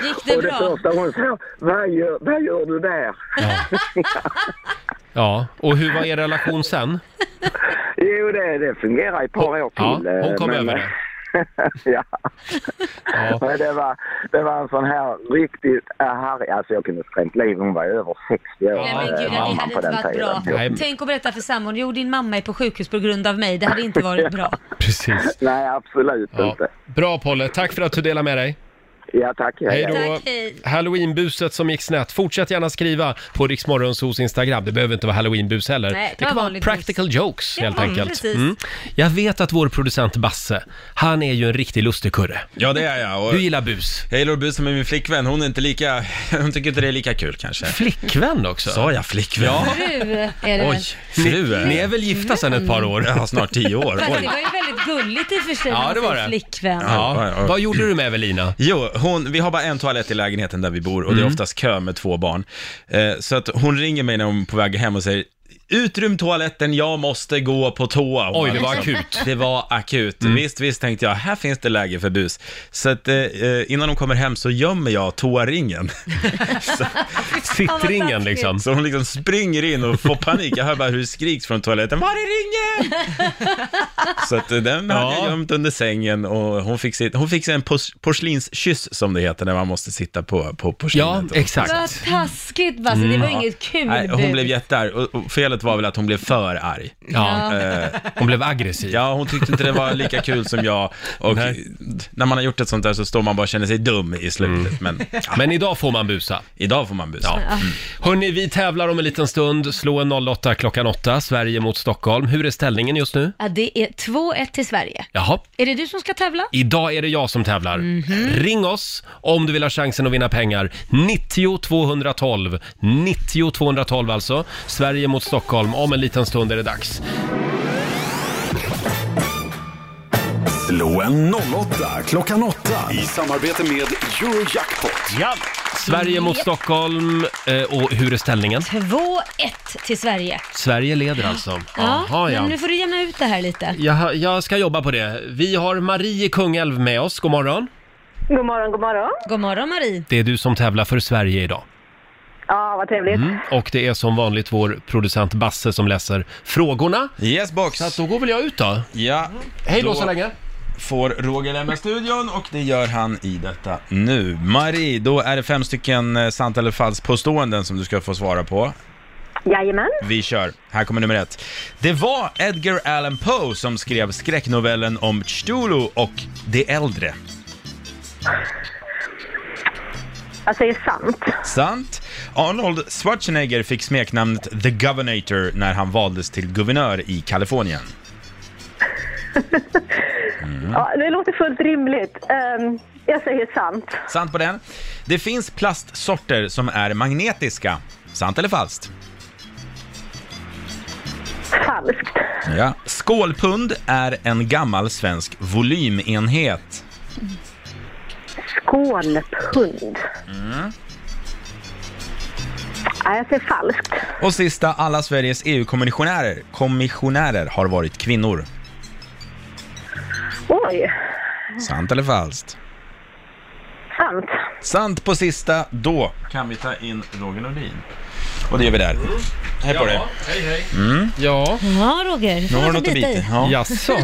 Gick det
och det
bra?
första hon sa, vad gör, vad gör du där?
Ja, och hur var er relation sen?
Jo, det, det fungerar i ett par år
Ja,
till. eh,
hon kom
men-
över det.
ja.
Ja.
Men det, var, det var en sån här riktigt eh, harrig, alltså jag kunde skrämt liv, hon var över 60 år.
Ja,
Nej men
eh,
gud, det
mamman
hade
på
inte
den
varit
tiden.
bra.
Nej.
Tänk att berätta för sambon, jo din mamma är på sjukhus på grund av mig. Det hade inte varit bra.
Precis.
Nej, absolut
Ja.
inte.
Bra Polle, tack för att du delade med dig.
Ja, tack.
Hej då!
Tack, hej.
Halloweenbuset som gick snett. Fortsätt gärna skriva på Riksmorgonsos Instagram. Det behöver inte vara halloweenbus heller.
Nej, det
det kan
var
vara
vanligt
practical jokes
Ja,
helt enkelt. Mm.
precis.
Jag vet att vår producent Basse, han är ju en riktig lustigkurre.
Ja, det är jag. Och
Du gillar bus.
jag gillar att busa med min flickvän. Hon är inte lika... Hon tycker inte det är lika kul kanske.
Flickvän också?
Sa jag flickvän? Ja.
Fru är det väl?
Oj, fru är
Ni är
det.
väl gifta sedan ett par år?
Ja, snart tio år.
Fast det
Oj.
var ju väldigt gulligt i och för sig
Ja,
när man
det var
säger
det.
flickvän.
Ja.
Ja, ja.
Vad gjorde du med Evelina?
Jo, hon, vi har bara en toalett i Mm. lägenheten där vi bor och det är oftast kö med två barn. Eh, så att hon ringer mig när hon är på väg hem och säger utrym toaletten, jag måste gå på toa. Och
Oj, det
man
var
liksom-
akut.
Det var Mm. akut. Visst, visst tänkte jag, här finns det läge för bus. Så att eh, eh, innan hon kommer hem så gömmer jag toaringen.
Sittringen liksom.
Så hon liksom springer in och får panik. Jag hör bara hur det skriks från toaletten. Var är ringen? Så att eh, den hade
Ja.
jag gömt under sängen och hon fick, sitt, hon fick sig en pors, porslinskyss som det heter när man måste sitta på, på
Ja,
porslinet.
Vad
exakt.
taskigt Basse, det var inget kul
Mm. Nej, hon
bud.
blev jättearg och och felet var väl att hon blev för arg.
Ja,
Eh,
hon blev aggressiv.
Ja, hon tyckte inte det var lika kul som jag. Och
Nej.
när man har gjort ett sånt där så står man bara och känner sig dum i slutet. Men ja,
Men idag får man busa.
idag får man Mm. busa.
Hörni, vi tävlar om en liten stund. Slå en 08 klockan 8, Sverige mot Stockholm. Hur är ställningen just nu?
Ja, det är 2-1 till Sverige.
Jaha.
Är det du som ska tävla?
Idag är det jag som tävlar. Ring oss om du vill ha chansen att vinna pengar. 90 212. 90 212 alltså. Sverige mot Stockholm. Om en liten stund är det dags.
Slå en 08 klockan 8 i samarbete med Eurojackpot.
Ja! Sverige mot Stockholm. Eh, och hur är ställningen?
2-1 till Sverige.
Sverige leder alltså. Jaha,
men
ja.
nu får du jämna ut det här lite.
Jag, jag ska jobba på det. Vi har Marie i Kungälv med oss. God morgon.
God morgon, god morgon.
God morgon Marie.
Det är du som tävlar för Sverige idag. Mm,
Ja, vad trevligt.
Och det är som vanligt vår producent Basse som läser frågorna.
Yes box.
Så att då går väl jag ut då.
Ja,
Hej då så länge.
får Roger lämna studion och det gör han i detta nu. Marie, då är det fem stycken eh, sant eller falskt påståenden som du ska få svara på.
Jajamän.
Vi kör. Här kommer nummer ett. Det var Edgar Allan Poe som skrev skräcknovellen om Cthulhu och de äldre.
Jag säger sant.
Sant. Arnold Schwarzenegger fick smeknamnet The Governator när han valdes till guvernör i Kalifornien.
Ja, det låter fullt rimligt. Ehm, jag säger sant.
Sant på den. Det finns plastsorter som är magnetiska. Sant eller falskt?
Falskt.
Ja. Skålpund är en gammal svensk volymenhet.
Skålpund.
Mm.
Ja, jag säger falskt.
Och sista, alla Sveriges EU-kommissionärer kommissionärer har varit kvinnor.
Oj,
Sant eller falskt?
sant.
Sant på sista, då kan vi ta in Roger Nordin. Och det gör vi där. Hej på dig.
hej hej. Ja.
Ja Roger, du
Nu
får
har du
något att
något att
bita
bita i.
i.
Ja.
Jaså?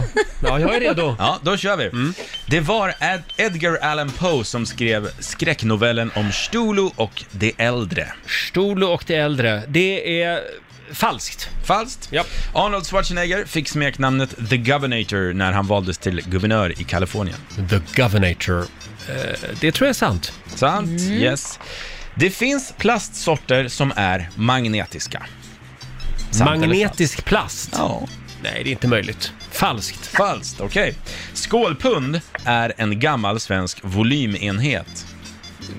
Ja, jag är redo.
Ja, då kör vi. Det var Ed- Edgar Allan Poe som skrev skräcknovellen om Cthulhu och de äldre.
Stolo och de äldre. Det är falskt.
Falskt.
Japp.
Arnold Schwarzenegger fick smeknamnet The Governator när han valdes till guvernör i Kalifornien.
The Governator. Eh, det tror jag är sant.
Sant?
Mm.
Yes. Det finns plastsorter som är magnetiska. Sant eller
Magnetisk plast.
falskt? Ja.
Nej, det är inte möjligt. Falskt.
Falskt, okej. Skålpund är en gammal svensk volymenhet.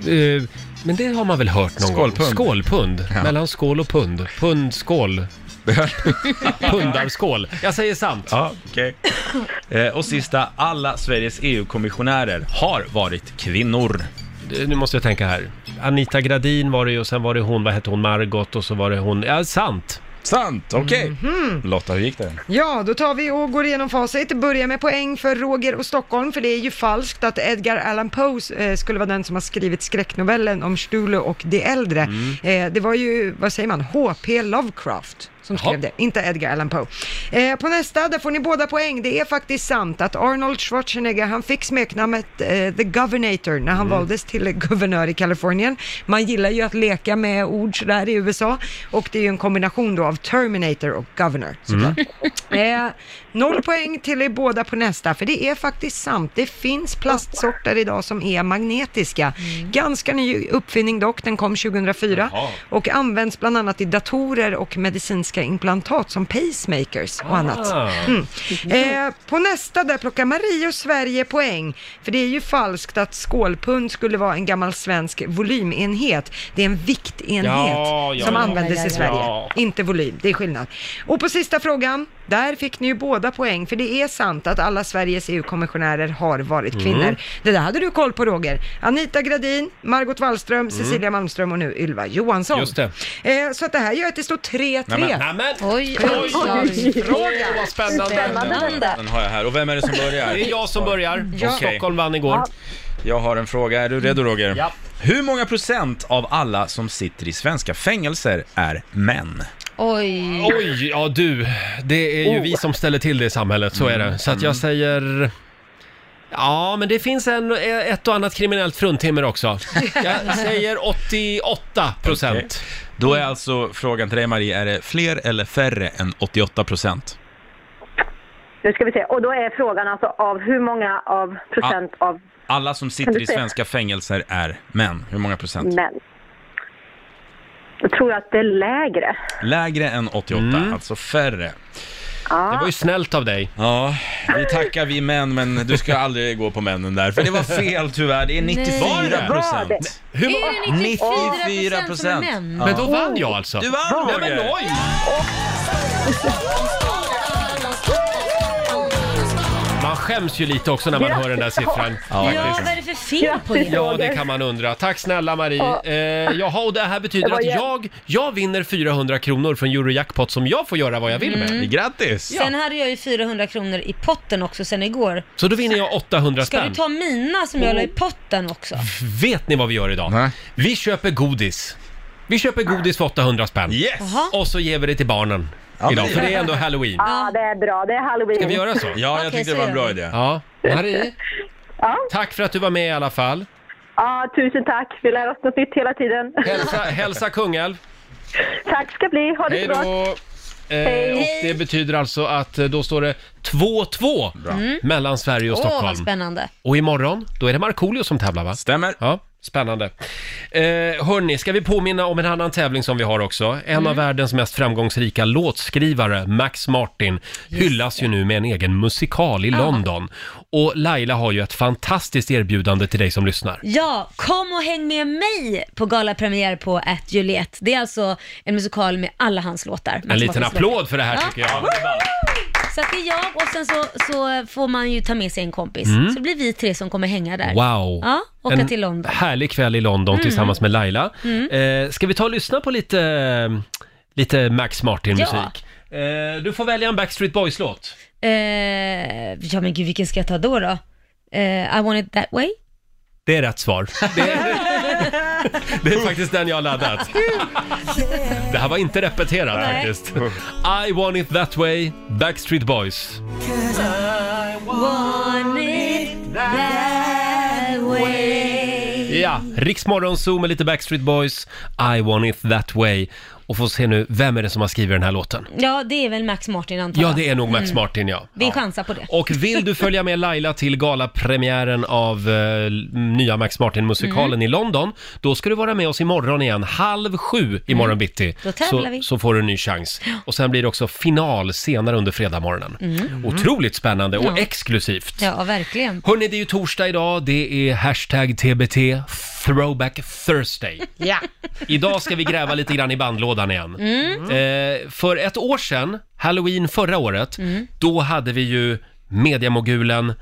Eh, men det har man väl hört någon gång?
Skålpund.
Skålpund. Mellan skål och pund. Pundskål. Pundarskål. Jag säger sant.
Ja, okej. Eh, och sista, alla Sveriges EU-kommissionärer har varit kvinnor.
Eh, Nu måste jag tänka här. Anita Gradin var det ju och sen var det hon, vad hette hon, Margot och så var det hon, ja sant.
Sant, okej.
Mhm.
Lotta, hur gick det?
Ja, då tar vi och går igenom facit. Börjar med poäng för Roger och Stockholm, för det är ju falskt att Edgar Allan Poe eh, skulle vara den som har skrivit skräcknovellen om Stule och de äldre. Eh, det var ju, vad säger man, H.P. Lovecraft som
Jaha.
skrev det, inte Edgar Allan Poe. Eh, på nästa, där får ni båda poäng. Det är faktiskt sant att Arnold Schwarzenegger, han fick smeknamnet eh, The Governator när han valdes till guvernör i Kalifornien. Man gillar ju att leka med ord sådär i USA och det är ju en kombination då av Terminator och Governor. såklart. Eh, noll poäng till er båda på nästa, för det är faktiskt sant. Det finns plastsorter idag som är magnetiska. Ganska ny uppfinning dock, den kom 2004 och används bland annat i datorer och medicinska implantat som pacemakers och annat.
Ah.
Eh, på nästa där plockar Marie och Sverige poäng. För det är ju falskt att skålpund skulle vara en gammal svensk volymenhet. Det är en viktenhet
Ja, ja,
som
ja.
användes
Ja, ja,
i
ja.
Sverige.
Ja.
Inte volym, det är skillnad. Och på sista frågan. Där fick ni ju båda poäng, för det är sant att alla Sveriges EU-kommissionärer har varit
Mm.
kvinnor. Det där hade du koll på Roger. Anita Gradin, Margot Wallström, Cecilia Malmström och nu Ylva Johansson.
Mm. Just det.
Eh, så att det här gör att det står 3-3.
Nämen!
Oj, oj, oj.
Fråga vad spännande!
Spännande.
Den har jag här. Och vem är det som börjar?
Det är jag som börjar.
Okej.
Stockholm vann igår.
Jag har en fråga. Är du redo Roger?
Ja.
Hur många procent av alla som sitter i svenska fängelser är män?
Oj.
Oj, ja du. Det är ju vi som ställer till det i samhället, så är det. Så att jag säger... Ja, men det finns en, eh, ett och annat kriminellt fruntimmer också. Jag säger 88 procent.
Då är alltså frågan till dig Marie, är det fler eller färre än 88 procent?
Nu ska vi se. Och då är frågan alltså av hur många av procent av
Alla som
Kan
sitter
du
i
säga?
svenska fängelser är män. Hur många procent?
män? Då tror jag att det är lägre.
Lägre än 88, alltså färre.
Det var ju snällt av dig.
Ja, vi tackar vi män, men du ska aldrig gå på männen där, för det var fel tyvärr. Det är 94
Var det?
procent.
Hur må-
Är det 94 procent som är
94%.
män?
men då vann jag alltså.
Du vann
Nej, men
Roger!
oj! Man skäms ju lite också när man hör den där siffran.
Ja, vad är det för fel på det?
Ja, det kan man undra. Tack snälla Marie. Eh, jaha, och det här betyder att jag, jag vinner 400 kronor från Eurojackpot som jag får göra vad jag vill med.
Mm. Grattis!
Sen hade jag ju 400 kronor i potten också sen igår.
Så då vinner jag 800
Ska du
spänn.
ta mina som jag la i
Oh.
potten också?
Vet ni vad vi gör idag?
Nej.
Vi köper godis. Vi köper godis för 800 spänn.
Yes!
Jaha.
Och så ger vi det till barnen
men
idag,
det
för
gör
det är ändå halloween.
Ja, det är bra. Det är halloween.
Ska vi göra så?
Ja, jag
Okej,
tyckte
så
det var en
gör
bra
vi.
idé.
Ja. Marie,
Ja.
tack för att du var med i alla fall.
Ja, tusen tack. Vi lär oss något nytt hela tiden.
Hälsa, hälsa Kungälv.
Tack ska bli. Ha det
Hej
så bra.
då! Eh, och det betyder alltså att eh, då står det 2-2 mellan Sverige och
Mm. Åh, vad
Stockholm.
spännande.
och imorgon, då är det Markoolio som tävlar va?
Stämmer.
Ja, spännande. Eh, hörni, ska vi påminna om en annan tävling som vi har också? En
Mm.
av världens mest framgångsrika låtskrivare, Max Martin, hyllas ju nu med en egen musikal i London. Och Laila har ju ett fantastiskt erbjudande till dig som lyssnar.
Ja, kom och häng med mig på galapremiär på At Juliet. Det är alltså en musikal med alla hans låtar.
En
Max
liten
Martins låtar.
applåd för det här tycker jag.
Så att det är jag och sen så, så får man ju ta med sig en kompis. Så det blir vi tre som kommer hänga där.
Mm. Wow!
Ja, åka
en
till London. Mm.
härlig kväll i London tillsammans med Laila. Eh, ska vi ta och lyssna på lite, lite Max Martin-musik? Eh, du får välja en Backstreet Boys-låt.
Eh, ja men gud, vilken ska jag ta då då? Eh, I want it that way.
Det är rätt svar. Det är, det är faktiskt den jag har laddat. Det här var inte repeterat faktiskt. I want it that way, Backstreet Boys.
Want it that way.
Ja, Riksmorgon Zoo med lite Backstreet Boys, I want it that way. Och får se nu, vem är det som har skrivit den här låten?
Ja, Mm. det är väl Max Martin antar jag.
Ja, det är nog Max Martin ja.
Vi chansar på det.
Och vill du följa med Laila till galapremiären av eh, nya Max Martin-musikalen
Mm.
i London, då ska du vara med oss imorgon igen, halv sju imorgon bitti.
Mm. Då tävlar
så,
vi.
så får du en ny chans. Och sen blir det också final senare under fredagmorgonen. Otroligt spännande och
Mm. Ja.
exklusivt.
Ja, verkligen.
Hörni, det är ju torsdag idag. Det är hashtag TBT, throwback Thursday.
Ja.
Idag ska vi gräva lite grann i bandlådan igen. Eh, för ett år sedan, halloween förra året, då hade vi ju mediamogulen,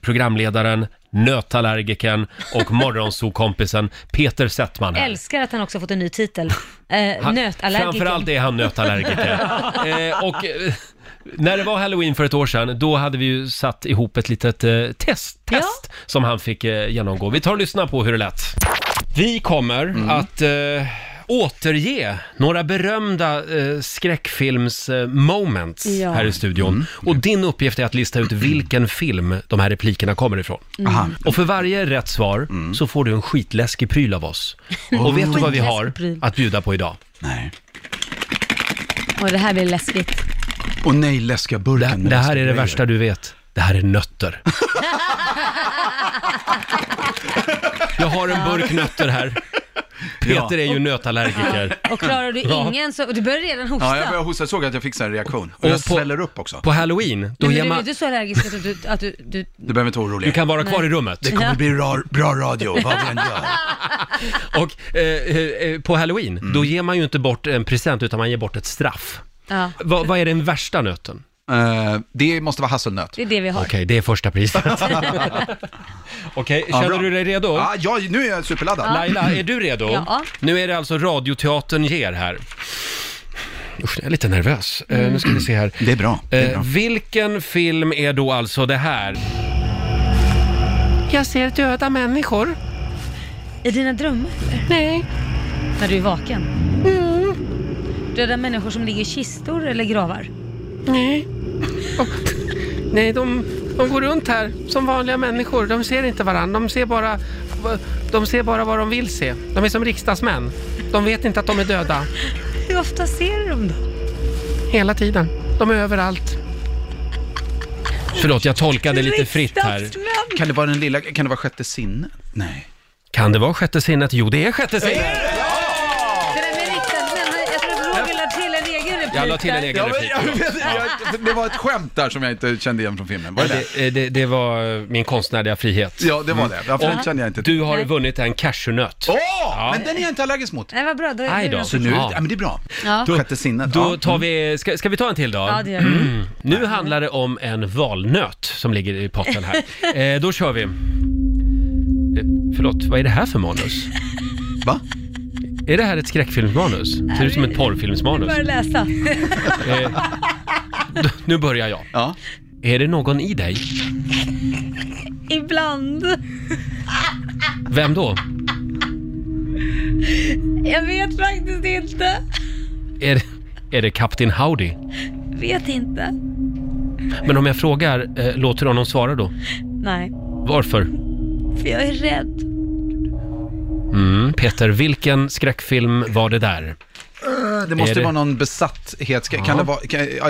programledaren, nötallergikern och morgonsokompisen Peter Settman här.
Älskar att han också fått en ny titel. Eh,
Han-
Nötallergiker.
Framförallt är han nötallergiker. eh, och eh, när det var halloween för ett år sedan, då hade vi ju satt ihop ett litet eh, test,
Ja.
test som han fick eh, genomgå. Vi tar och lyssnar på hur det lät. Vi kommer
Mm.
att eh, återge några berömda eh, skräckfilms eh, moments
Ja.
här i studion.
Mm.
Och din uppgift är att lista ut vilken film de här replikerna kommer ifrån.
Mm.
Aha.
Och för varje rätt svar så får du en skitläskig pryl av oss. Och vet du vad vi har
Skitläskig pryl.
att bjuda på idag?
Nej.
Och det här blir läskigt.
Och nej, läskiga
Det,
burken. med
det här
läskiga
är det
grejer.
värsta du vet. Det här är nötter. Jag har en burk nötter här. Peter är ju nötallergiker.
Och klarar du
Ja.
ingen så... Du börjar redan hosta.
Ja, jag började hosta. Jag såg att jag fick så här reaktion. Och, jag sväller upp också.
På halloween, då
Nej,
ger
men du är
man...
inte så allergisk att du... Att du, du
Du behöver inte vara
Du
orolig.
kan vara kvar i rummet.
Det kommer bli ra- bra radio, vad vi än gör.
Och eh, eh, på halloween, då ger man ju inte bort en present utan man ger bort ett straff.
ja.
Va, vad är den värsta nöten?
Eh, det måste vara hasselnöt.
Det är det vi har.
Okej, det är första priset. Okej, känner
bra.
du dig redo?
Ja, ja, nu är jag superladdad.
Laila, är du redo?
Ja.
Nu är det alltså Radioteatern ger här. Usch, jag är lite nervös. Eh, nu ska vi se här.
Det är bra. Det är
Eh,
bra.
vilken film är då alltså det här? Jag ser döda människor.
I dina drömmar?
Nej.
När du är vaken? Mm. Döda människor som ligger i kistor eller gravar?
Nej. nej, de, de går runt här som vanliga människor. De ser inte varandra. De ser bara, de ser bara vad de vill se. De är som riksdagsmän. De vet inte att de är döda.
Hur ofta ser du dem då?
Hela tiden. De är överallt. Förlåt, jag tolkade lite fritt här.
Riksdagsmän!
Kan det vara den lilla, kan det vara sjätte sinnet? Nej.
Kan det vara sjätte sinnet? Jo, det är sjätte sinnet!
Det där med riksdagsmän, jag tror att Roger la till en egen replik
Jag la till en
där.
egen
Ja, men,
replik.
jag vet, jag, det var ett skämt där som jag inte kände igen från filmen. Var det det?
eh, Det, det, det var min konstnärliga frihet. Mm.
Ja, det var det. Ja, för den kände jag inte till.
Du har
Nej.
vunnit en cashewnöt.
Åh!
Ja.
Men den är jag inte allergisk mot.
Nej vad bra, då
Aj
är
då.
det
Så nu,
Ja.
ja. men det är bra.
Ja.
Sjätte sinnet.
Då
ja.
tar vi, ska, ska vi ta en till då? Mm.
Ja, det gör vi.
Nu handlar det om en valnöt som ligger i potten här. Eh, då kör vi. Eh, förlåt, vad är det här för manus?
Va?
Är det här ett skräckfilmsmanus? Ser ut som ett porrfilmsmanus.
Börja läsa.
Eh, d- nu börjar jag.
Ja.
Är det någon i dig?
Ibland.
Vem då?
Jag vet faktiskt inte.
Är, det- är det Kapten Howdy?
Vet inte.
Men om jag frågar, eh, låter du honom svara då?
Nej,
Varför?
för jag är rädd.
Mm, Peter, vilken skräckfilm var det där?
Det måste
Är det-
vara någon besatthet. Kan, kan det vara, kan, ja,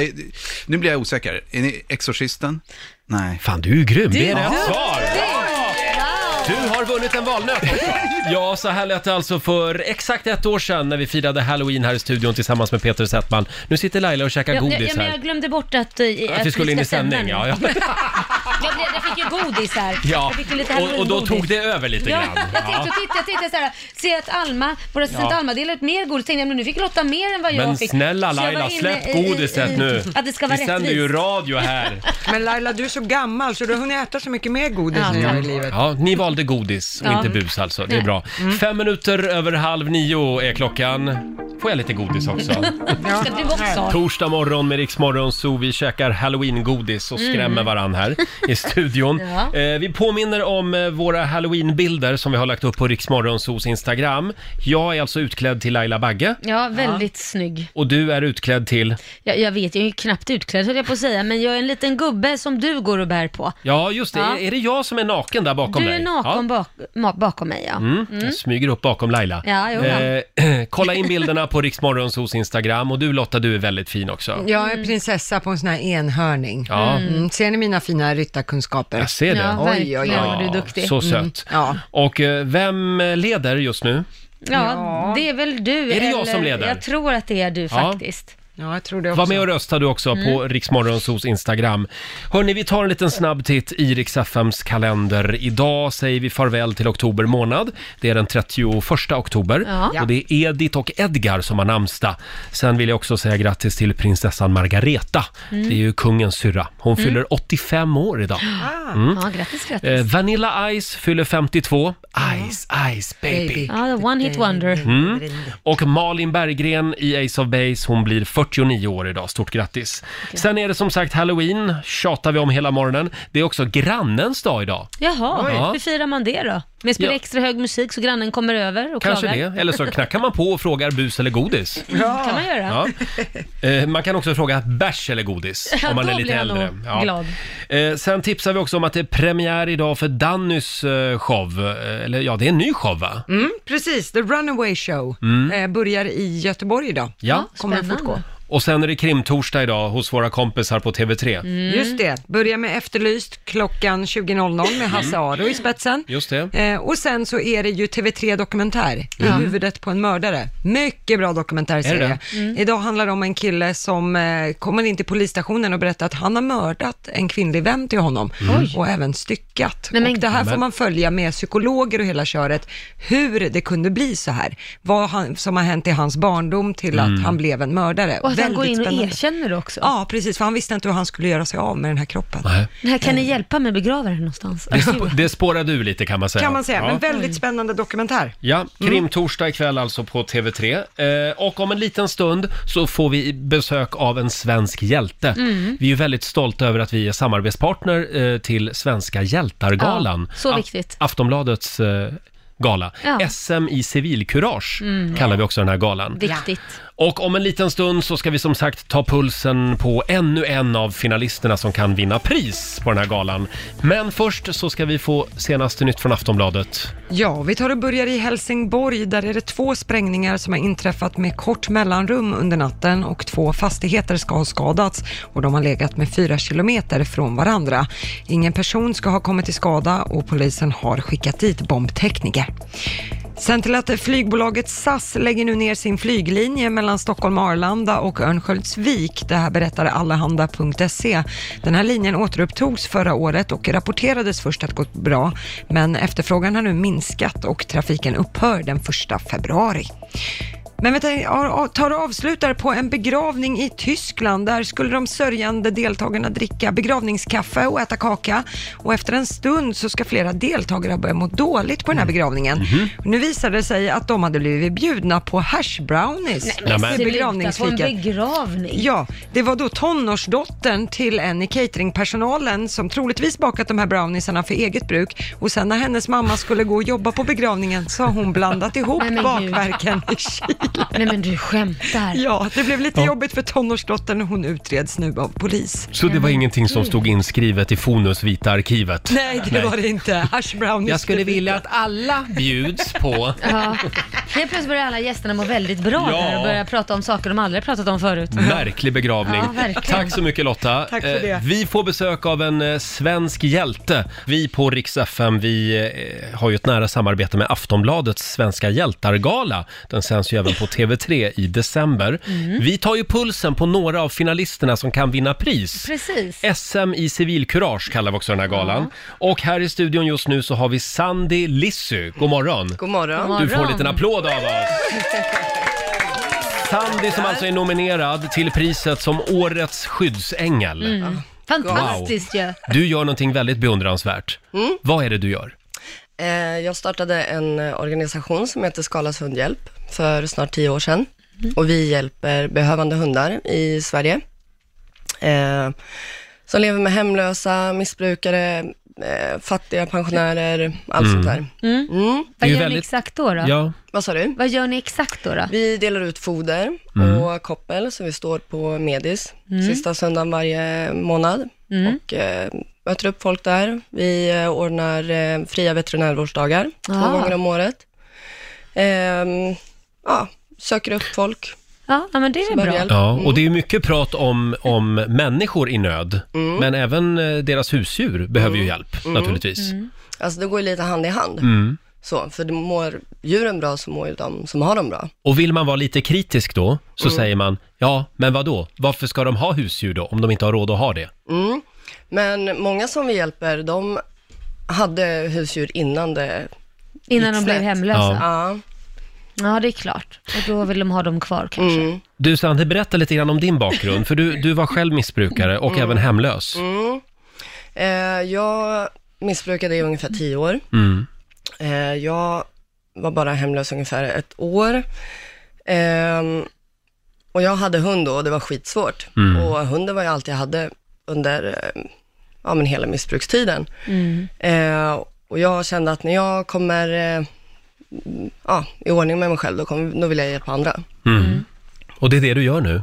nu blir jag osäker. Är ni Exorcisten? Nej.
Fan, du är ju grym! Det är
Du-
rätt
du-
svar!
Wow.
Du har vunnit en valnöt! Ja, så här lät det alltså för exakt ett år sedan när vi firade halloween här i studion tillsammans med Peter Settman. Nu sitter Laila och käkar
Ja, ja, ja,
godis
men jag
här.
glömde bort att, eh,
Att vi skulle in i
ska sända
sändning,
nu.
ja. ja.
Jag, blev, jag fick ju godis här.
ja.
Jag fick ju lite
Och, och då
halloweengodis.
tog det över lite
Ja,
grann.
jag tänkte, och titta, jag tänkte såhär, ser jag att Alma, vår assistent
Ja.
Alma delar ut mer godis, tänkte jag, men nu fick Lotta mer än vad jag
Men
fick.
snälla
Så jag var
Laila,
inne
släpp
i- i-
godiset
i-
nu!
Att det ska vara
Vi sänder ju
rättvist.
radio här.
Men Laila, du är så gammal så du har hunnit äta så mycket mer godis
Ja,
nu
tack.
i livet.
Ja, ni valde godis och
Ja. Mm.
inte bus alltså. Det är
Nej.
bra. Fem minuter över halv nio är klockan. Får jag lite godis också?
Ska du också ha?
Torsdag morgon med Rix Morgon, så vi käkar halloween-godis och skrämmer varann här i studion.
Mm. Ja.
eh, vi påminner om eh, våra halloween-bilder som vi har lagt upp på Rix Morgonzos Instagram. Jag är alltså utklädd till Laila Bagge
Ja, väldigt snygg.
och du är utklädd till...
Jag, jag vet, jag är ju knappt utklädd höll jag på att säga, men jag är en liten gubbe som du går och bär på.
Ja, just det.
Ja.
Är det jag som är naken där bakom
Du
dig?
är naken
Ja.
bak, ma- bakom mig ja.
Mm. Jag smyger upp bakom Laila.
Ja, jo.
eh, kolla in bilderna på Rix Morgonzos Instagram och du Lotta, du är väldigt fin också.
Mm.
Jag är prinsessa på en sån här enhörning.
Ja.
Mm. Ser ni mina fina ryttarkunskaper?
Jag ser det.
Ja,
Oj, oj,
verkligen.
oj.
vad Du är duktig. Mm.
Så sött.
Ja.
Och eh, vem leder just nu?
Ja, det är väl du.
Är det jag som leder?
Jag tror att det är du faktiskt.
ja, jag tror det också. Mm.
Var med och rösta du också på Riksmorgonsos Instagram. Hörni, vi tar en liten snabb titt i Rix FMs kalender. Idag säger vi farväl till oktober månad. Det är den 31 oktober
Ja.
och det är Edith och Edgar som har namnsdag. Sen vill jag också säga grattis till prinsessan Margareta.
Mm.
Det är ju kungens syrra. Hon fyller 85 år idag.
Ja, grattis, grattis.
Eh, Vanilla Ice fyller 52. Ice, ice baby.
Baby.
Ja, the one hit wonder.
Mm. Och Malin Berggren i Ace of Base, hon blir 49 år idag. Stort grattis! Sen är det som sagt halloween, tjatar vi om hela morgonen. Det är också grannens dag idag.
Jaha,
Oj.
hur firar man det då? Med att spela
Ja.
extra hög musik så grannen kommer över och
Kanske
klagar?
det, eller så knackar man på och frågar bus eller godis.
kan man göra.
Ja. Eh, Man kan också fråga bärs eller godis
Ja,
om man
då
är lite
blir jag
äldre.
nog glad.
Eh, Sen tipsar vi också om att det är premiär idag för Dannys eh, show. Eh, Eller ja, det är en ny show va?
Mm, precis, The Runaway Show
Mm.
eh, börjar i Göteborg idag.
Ja.
Kommer att
Spännande.
fortgå.
Och sen är det krimtorsdag idag hos våra kompisar på TV3.
Mm.
Just det, börjar med Efterlyst klockan 20.00 med
Mm.
Hasse Aro i spetsen.
Just det.
Eh, och sen så är det ju TV3 Dokumentär, I huvudet på en mördare. Mycket bra dokumentärserie.
Är
Mm.
Idag handlar det om en kille som eh, kommer in till polisstationen och berättar att han har mördat en kvinnlig vän till honom och även styckat.
Mm. Nej, men-
och det här får
Men-
man följa med psykologer och hela köret, hur det kunde bli så här. Vad han, som har hänt i hans barndom till att han blev en mördare.
Mm. Och att att han går in och
erkänner
det också?
Ja, precis, för han visste inte hur han skulle göra sig av med den här kroppen.
Nej.
Det här, kan ni hjälpa mig begrava den någonstans?
Det, sp- det spårade ur lite kan man säga.
Kan man säga,
Ja.
men väldigt spännande dokumentär.
Mm.
Ja, krimtorsdag ikväll alltså på TV3. Eh, och om en liten stund så får vi besök av en svensk hjälte.
Mm.
Vi är ju väldigt stolta över att vi är samarbetspartner eh, till Svenska hjältargalan.
Ja, så
A-
viktigt.
Aftonbladets eh, gala.
Ja.
SM i civilkurage
Mm.
kallar vi också den här galan.
Viktigt.
Och om en liten stund så ska vi som sagt ta pulsen på ännu en av finalisterna som kan vinna pris på den här galan. Men först så ska vi få senaste nytt från Aftonbladet.
Ja, vi tar och börjar i Helsingborg. Där är det två sprängningar som har inträffat med kort mellanrum under natten och två fastigheter ska ha skadats och de har legat med fyra kilometer från varandra. Ingen person ska ha kommit till skada och polisen har skickat dit bombtekniker. Sen till att flygbolaget SAS lägger nu ner sin flyglinje mellan Stockholm Arlanda och Örnsköldsvik. Det här berättar allahanda.se. Den här linjen återupptogs förra året och rapporterades först att gått bra, men efterfrågan har nu minskat och trafiken upphör den 1 februari. Men vi tar- tar och avslutar på en begravning i Tyskland. Där skulle de sörjande deltagarna dricka begravningskaffe och äta kaka. Och efter en stund så ska flera deltagare ha börjat må dåligt på den här begravningen. Och Nu visade det sig att de hade blivit bjudna på hash brownies
Nej, men
till
sluta på en
begravningsfikat.
begravning.
Ja, det var då tonårsdottern till en i cateringpersonalen som troligtvis bakat de här browniesarna för eget bruk och sen när hennes mamma skulle gå och jobba på begravningen så har hon blandat ihop
Nej, men gud.
bakverken i kylen.
Nej men du skämtar.
Ja, det blev lite
Ja.
jobbigt för tonårsdottern och hon utreds nu av polis.
Så det var ingenting som stod inskrivet i Fonus vita arkivet?
Nej, det var det inte. Hash brownies.
Jag skulle vilja att alla bjuds på.
Ja. Helt plötsligt börjar alla gästerna må väldigt bra
Ja. Mm.
där och börjar prata om saker de aldrig pratat om förut.
Märklig begravning.
Mm. Ja, verkligen.
Tack så mycket Lotta.
Tack för
Eh,
det.
Vi får besök av en eh, svensk hjälte. Vi på Rix FM, vi eh, har ju ett nära samarbete med Aftonbladets Svenska hjältargala. Den sänds ju även på TV3 i december.
Mm.
Vi tar ju pulsen på några av finalisterna som kan vinna pris.
Precis.
SM i civilkurage kallar vi också den här galan. Och här i studion just nu så har vi Sandy Lissy. God morgon!
God morgon.
Du får en liten applåd av oss. Sandy som alltså är nominerad till priset som Årets skyddsängel.
Mm. Fantastiskt ju.
Du gör någonting väldigt beundransvärt.
Mm.
Vad är det du gör?
Eh, Jag startade en eh, organisation som heter Skalas hundhjälp för snart tio år sedan. Och vi hjälper behövande hundar i Sverige. Eh, som lever med hemlösa, missbrukare, eh, fattiga pensionärer, allt
Mm.
sånt där.
Mm.
Det är
Vad
ju
gör ni
väldigt-
exakt då? då?
Ja.
Vad sa du?
Vad gör ni exakt då? då?
Vi delar ut foder
Mm.
och koppel, så vi står på Medis
Mm.
sista söndagen varje månad
Mm.
och eh, möter upp folk där. Vi eh, ordnar eh, fria veterinärvårdsdagar
Ah.
två gånger om året. Ehm, ja, söker upp folk.
Ja, ja, men det är
behöver
bra.
hjälp.
Ja,
Mm.
och det är ju mycket prat om, om människor i nöd,
Mm.
men även eh, deras husdjur behöver ju hjälp
Mm.
naturligtvis.
Alltså det går ju lite hand i hand.
Mm.
Så, för det mår djuren bra så mår ju de som har dem bra.
Och vill man vara lite kritisk då, så
Mm.
säger man, ja, men vad då? Varför ska de ha husdjur då, om de inte har råd att ha det?
Mm. Men många som vi hjälper, de hade husdjur innan det
Innan de
gick
blev
snett.
hemlösa.
Ja.
Ja.
Ja, det är klart. Och då vill de ha dem kvar kanske.
Mm,
Du Sandy, berätta lite grann om din bakgrund, för du, du var själv missbrukare och
Mm.
även hemlös.
Mm. Eh, jag missbrukade i ungefär tio år.
Mm.
Eh, jag var bara hemlös ungefär ett år. Ehm, och jag hade hund då och det var skitsvårt.
Mm.
Och hunden var ju allt jag hade under eh, ja, men hela missbrukstiden.
Mm.
Eh, och jag kände att när jag kommer eh, mm, ja, i ordning med mig själv, då, kommer, då vill jag hjälpa andra.
Mm. Och det är det du gör nu?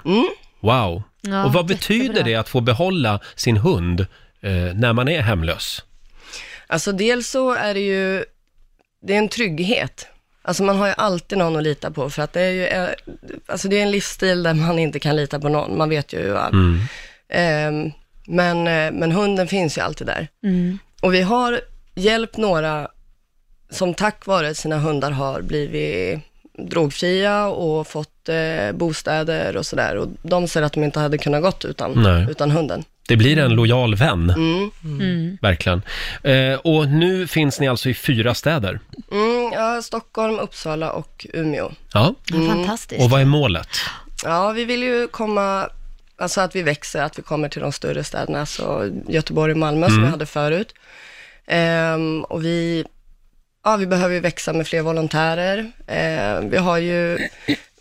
Wow.
Mm. Ja,
och
jättebra.
vad betyder det att få behålla sin hund eh, när man är hemlös?
Alltså dels så är det ju, det är en trygghet. Alltså man har ju alltid någon att lita på för att det är ju, eh, alltså det är en livsstil där man inte kan lita på någon, man vet ju. Ja.
Mm.
Ehm, men, eh, men hunden finns ju alltid där.
Mm.
Och vi har hjälpt några som tack vare sina hundar har blivit drogfria och fått eh, bostäder och sådär. Och de säger att de inte hade kunnat gått utan,
Nej.
utan hunden.
Det blir en lojal vän,
Mm.
verkligen. Eh, och nu finns ni alltså i fyra städer.
Mm, ja, Stockholm, Uppsala och Umeå.
Ja.
mm. Ja, fantastiskt.
Och vad är målet?
Ja, vi vill ju komma, alltså att vi växer, att vi kommer till de större städerna, alltså Göteborg och Malmö som
Mm.
vi hade förut. Ehm, och vi, ja, vi behöver ju växa med fler volontärer. Ehm, vi har ju,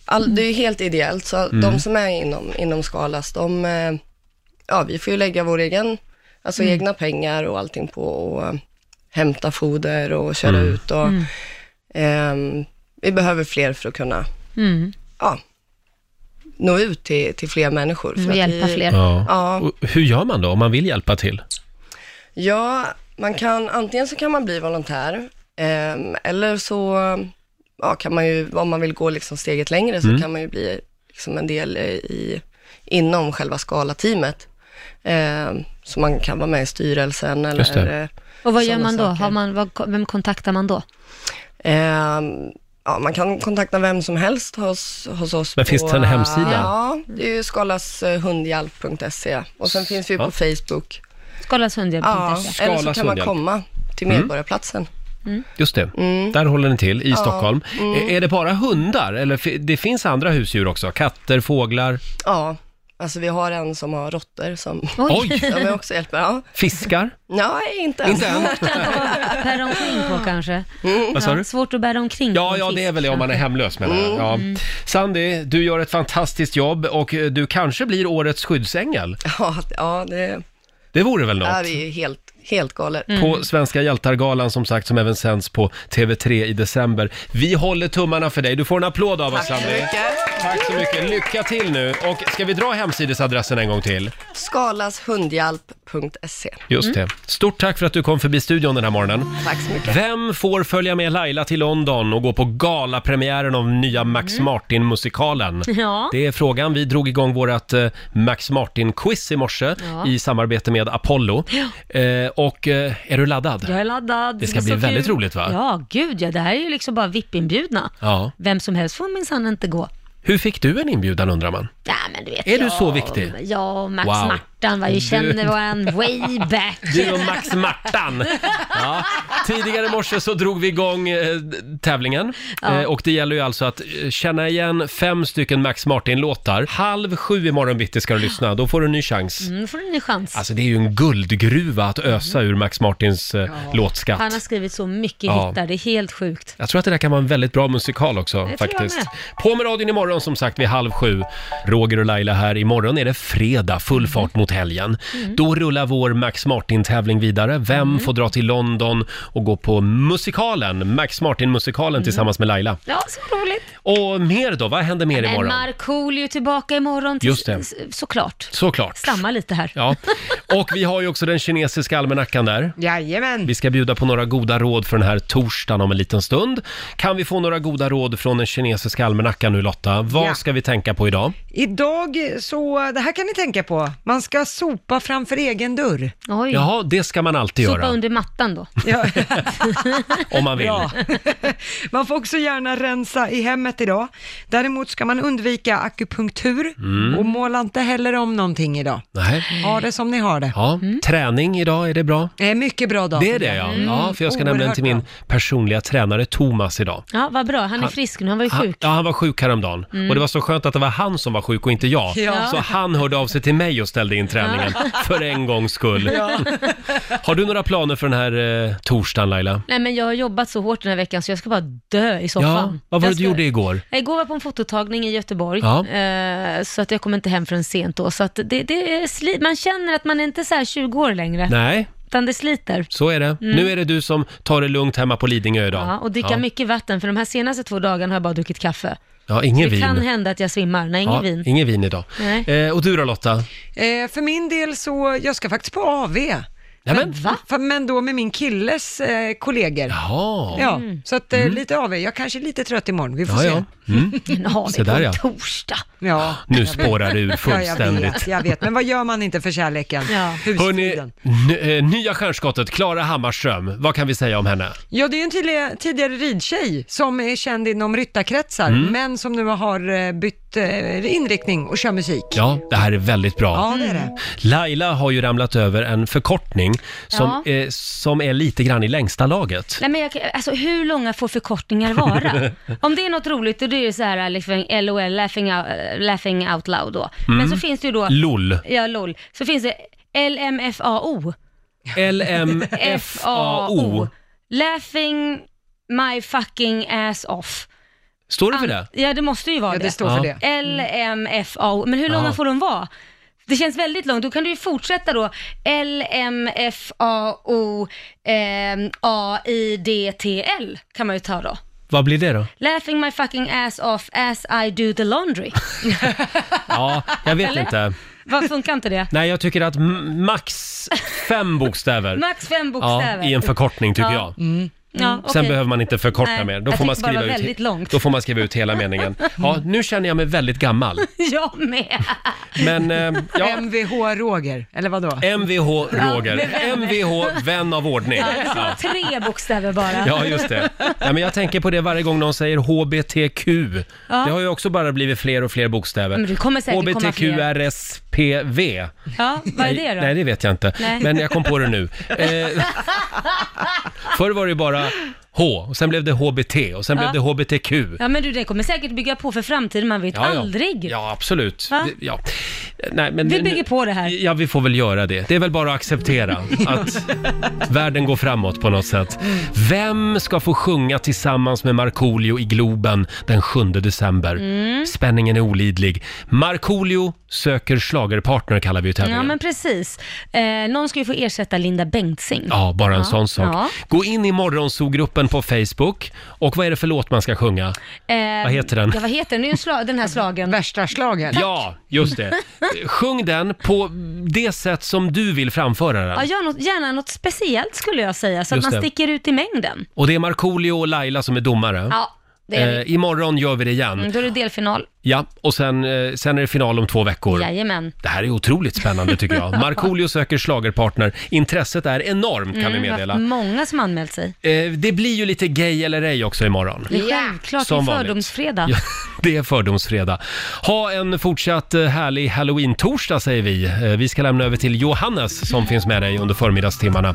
all, det är ju helt ideellt, så
Mm.
de som är inom, inom Skalas, de, eh, ja, vi får ju lägga vår egen, alltså
Mm.
egna pengar och allting på att hämta foder och köra
Mm.
ut och,
Mm.
ehm, vi behöver fler för att kunna
Mm.
ja, nå ut till, till fler människor.
Mm,
att
hjälpa fler.
Ja.
Ja. Och Hur gör man då om man vill hjälpa till?
Ja, man kan, antingen så kan man bli volontär, ehm, eller så ja, kan man ju, om man vill gå liksom steget längre, så
Mm.
kan man ju bli liksom en del eh, i, inom själva Skala-teamet. Ehm, så man kan vara med i styrelsen
Just det.
eller eh,
Och vad gör
sådana
man då?
saker.
Har man, vad, vem kontaktar man då?
Ehm, ja, man kan kontakta vem som helst hos, hos oss.
Men finns det en hemsida?
Ja, det är ju skalashundhjälp.se och sen finns vi ju
Ja.
på Facebook.
Skalashundhjälp.se.
Ja, eller så kan man
Skalas
komma till
Mm.
Medborgarplatsen.
Just det, där håller den till, i
Mm. Ja.
Stockholm.
Mm.
E- Är det bara hundar, eller fi- det finns andra husdjur också? Katter, fåglar,
Ja, alltså vi har en som har råttor som,
Oj.
som jag också hjälper. Ja.
fiskar?
Nej, inte än.
Inte än.
Bära omkring på kanske?
Mm.
Vad sa du?
Svårt att bära omkring på
Ja,
en
ja, det är
fisk,
väl det om man är
kanske.
hemlös menar jag. Ja.
Mm.
Sandy, du gör ett fantastiskt jobb och eh, du kanske blir årets skyddsängel.
Ja, ja, det,
Det vore väl något?
ja, det är ju helt, helt galet. Mm.
På Svenska hjältar-galan som sagt, som även sänds på TV3 i december. Vi håller tummarna för dig. Du får en applåd av oss, Sandy. Tack så mycket. Lycka till nu. Och ska vi dra hemsidesadressen en gång till?
Skalashundhjälp.se.
Just det. Stort tack för att du kom förbi studion den här morgonen.
Tack så mycket.
Vem får följa med Laila till London och gå på galapremiären av nya Max Martin-musikalen?
Mm. Ja.
Det är frågan. Vi drog igång vårt eh, Max Martin-quiz i morse
Ja.
i samarbete med Apollo. Eh, och eh, är du laddad?
Jag är laddad.
Det ska
är
bli
så
väldigt
kul.
roligt, va?
Ja, gud ja. Det här är ju liksom bara VIP-inbjudna.
Ja.
Vem som helst får minsann inte gå.
Hur fick du en inbjudan undrar man?
Ja, men du vet
Är du
jag-
så viktig?
Jag och Max
Wow.
Martan, vad
Du-
ju känner varandra way back.
Du och Max Martan. Ja. Tidigare i morse så drog vi igång eh, tävlingen
Ja.
eh, och det gäller ju alltså att eh, känna igen fem stycken Max Martin-låtar. Halv sju imorgon bitti ska du lyssna, då får du en ny chans.
Mm, får du en ny chans.
Alltså det är ju en guldgruva att ösa ur Max Martins eh, låtskatt.
Han har skrivit så mycket
Ja.
hittar, det är helt sjukt.
Jag tror att det där kan vara en väldigt bra musikal också
tror jag
faktiskt. På med radion imorgon som sagt vid halv sju. Roger och Laila här. Imorgon är det fredag, full
Mm.
fart mot helgen. Då rullar vår Max Martin-tävling vidare. Vem
Mm.
får dra till London och gå på musikalen, Max Martin-musikalen
Mm.
tillsammans med Laila?
Ja, så roligt.
Och mer då? Vad händer mer
Men
imorgon?
Markoolio är tillbaka imorgon. till-
Just det.
s- Såklart.
Såklart.
Stamma lite här.
Ja. Och vi har ju också den kinesiska almanackan där.
Jajamän.
Vi ska bjuda på några goda råd för den här torsdagen om en liten stund. Kan vi få några goda råd från den kinesiska almanackan nu Lotta? Vad
Ja.
ska vi tänka på idag?
Idag så, det här kan ni tänka på, man ska sopa framför egen dörr.
Oj.
Jaha, det ska man alltid
Sopa
göra.
under mattan då.
Om man vill.
Bra. man får också gärna rensa i hemmet idag. Däremot ska man undvika akupunktur
Mm.
och måla inte heller om någonting idag.
Nej.
Ha det som ni har det.
Ja,
Mm.
träning idag, är det bra?
Det är mycket bra dag.
Det är det ja. ja för jag ska nämligen till min personliga tränare Thomas idag.
Ja, vad bra. Han är
Han-
frisk nu. Han var ju
Han,
sjuk.
ja, han var sjuk häromdagen.
Mm.
Och det var så skönt att det var han som var sjuk och inte jag.
Ja.
Så han hörde av sig till mig och ställde in träningen.
Ja.
För en gångs skull. Har du några planer för den här eh, torsdagen Laila?
Nej, men jag har jobbat så hårt den här veckan så jag ska bara dö i soffan.
Ja, vad var det
Jag
du
ska-
gjorde igår?
Igår var jag på en fototagning i Göteborg,
Ja.
eh, så att jag kom inte hem förrän sent då. Så att det, det är sli- man känner att man är inte så här 20 år längre,
Nej,
utan det sliter.
så är det.
Mm.
Nu är det du som tar det lugnt hemma på Lidingö idag.
Ja, och dricka mycket vatten, för de här senaste två dagarna har jag bara druckit kaffe.
Ja, ingen
så det
vin.
kan hända att jag svimmar. Nej, ingen
ja,
vin.
Ingen vin idag.
Nej.
Eh, och du då Lotta?
Eh, för min del så, jag ska faktiskt på AV.
Nämen.
Men, för, men då med min killes eh, kollegor.
Jaha.
Ja,
Mm.
så att eh,
Mm.
lite AV. Jag kanske är lite trött imorgon, vi får
Ja,
se.
ja. Mm.
En AV
Se där,
på
ja.
en torsdag.
Ja.
Nu
jag vet.
spårar det ur
Ja, jag,
fullständigt.
vet, jag vet, men vad gör man inte för kärleken? Ja.
Hörrni, n- eh, nya stjärnskottet Klara Hammarström, vad kan vi säga om henne?
Ja, det är ju
Mm.
en tydliga, tidigare ridtjej som är känd inom ryttarkretsar, men som nu har eh, bytt bytt eh, inriktning och kör musik.
Ja, det här är väldigt bra.
Ja, det är
Mm.
det.
Laila har ju ramlat över en förkortning som,
Ja.
eh, som är lite grann i längsta laget.
Nej, men jag, kan- alltså, hur långa får förkortningar vara? Om det är något roligt, då är det ju så här liksom, LOL, laughing out, eh, laughing out loud då. Men
Mm.
så finns det ju då...
LOL.
Ja, LOL. Så finns det LMFAO.
LMFAO.
Laughing my fucking ass off.
Står det för det?
Ja, det måste ju vara
Ja,
det.
det står för Ja. det.
LMFAO. Men hur långa
Ja.
får de vara? Det känns väldigt långt. Då kan du ju fortsätta då. LMFAO ehm, AIDTL kan man ju ta då.
Vad blir det då?
Laughing my fucking ass off as I do the laundry.
Ja, jag vet
Eller?
inte.
Vad funkar inte det?
Nej, jag tycker att m- max fem bokstäver.
Max fem bokstäver.
Ja, i en förkortning tycker
Ja.
jag.
Ja,
Sen
okej.
behöver man inte förkorta
Nej,
mer. Då
jag
får, man
tyckte bara det
skriva
var
ut,
väldigt långt. Mm.
då får man skriva ut hela meningen. Ja, nu känner jag mig väldigt gammal.
Jag med.
Men eh, ja,
MVH Roger, eller vadå?
MVH Roger.
Ja, men-
MVH Vän av ordning.
Ja, det
Ja.
var tre bokstäver bara.
Ja, just det. Ja, men jag tänker på det varje gång någon säger HBTQ.
Ja.
Det har ju också bara blivit fler och fler bokstäver.
Men det kommer säkert komma fler.
HBTQRSPV.
Ja, vad är det då?
Nej, det vet jag inte.
Nej.
Men jag kom på det nu. Eh, förr var det ju bara H, och sen blev det HBT och sen
Ja.
blev det HBTQ.
Ja, men du, det kommer säkert bygga på för framtiden, man vet
Ja, ja.
aldrig.
Ja, absolut.
Va?
Det- Ja. Nej, men
Vi
nu-
bygger på det här.
Ja, vi får väl göra det. Det är väl bara att acceptera att världen går framåt på något sätt. Vem ska få sjunga tillsammans med Markoolio i Globen den 7 december?
Mm.
Spänningen är olidlig. Markoolio söker schlagerpartner kallar vi ju
Ja,
tävlingen.
men precis. Eh, någon ska ju få ersätta Linda Bengtzing.
Ja, bara en
Ja,
sån sak.
ja.
Gå in i morgonzoo-gruppen på Facebook. Och vad är det för låt man ska sjunga?
Eh,
Vad heter den?
Ja, vad heter den? Det är ju en sla- den här slagen.
Värsta slagen.
Ja, just det. Sjung den på det sätt som du vill framföra den.
Ja, gör något, gärna något speciellt skulle jag säga, så
Just
att man
det.
sticker ut i mängden.
Och det är Markoolio och Laila som är domare.
Ja, det är det.
eh, imorgon gör vi det igen.
Mm, då är det delfinal.
Ja, och sen, eh, sen är det final om två veckor.
Jajamän.
Det här är otroligt spännande tycker jag. Markoolio söker schlagerpartner. Intresset är enormt kan vi
Mm,
meddela.
vad Många som anmält sig.
Eh, det blir ju lite gay eller ej också imorgon.
Det är självklart, det
Som
är
vanligt.
fördomsfredag.
Ja, det är fördomsfredag. Ha en fortsatt eh, härlig halloween-torsdag säger vi. Eh, Vi ska lämna över till Johannes som finns med dig under förmiddagstimmarna.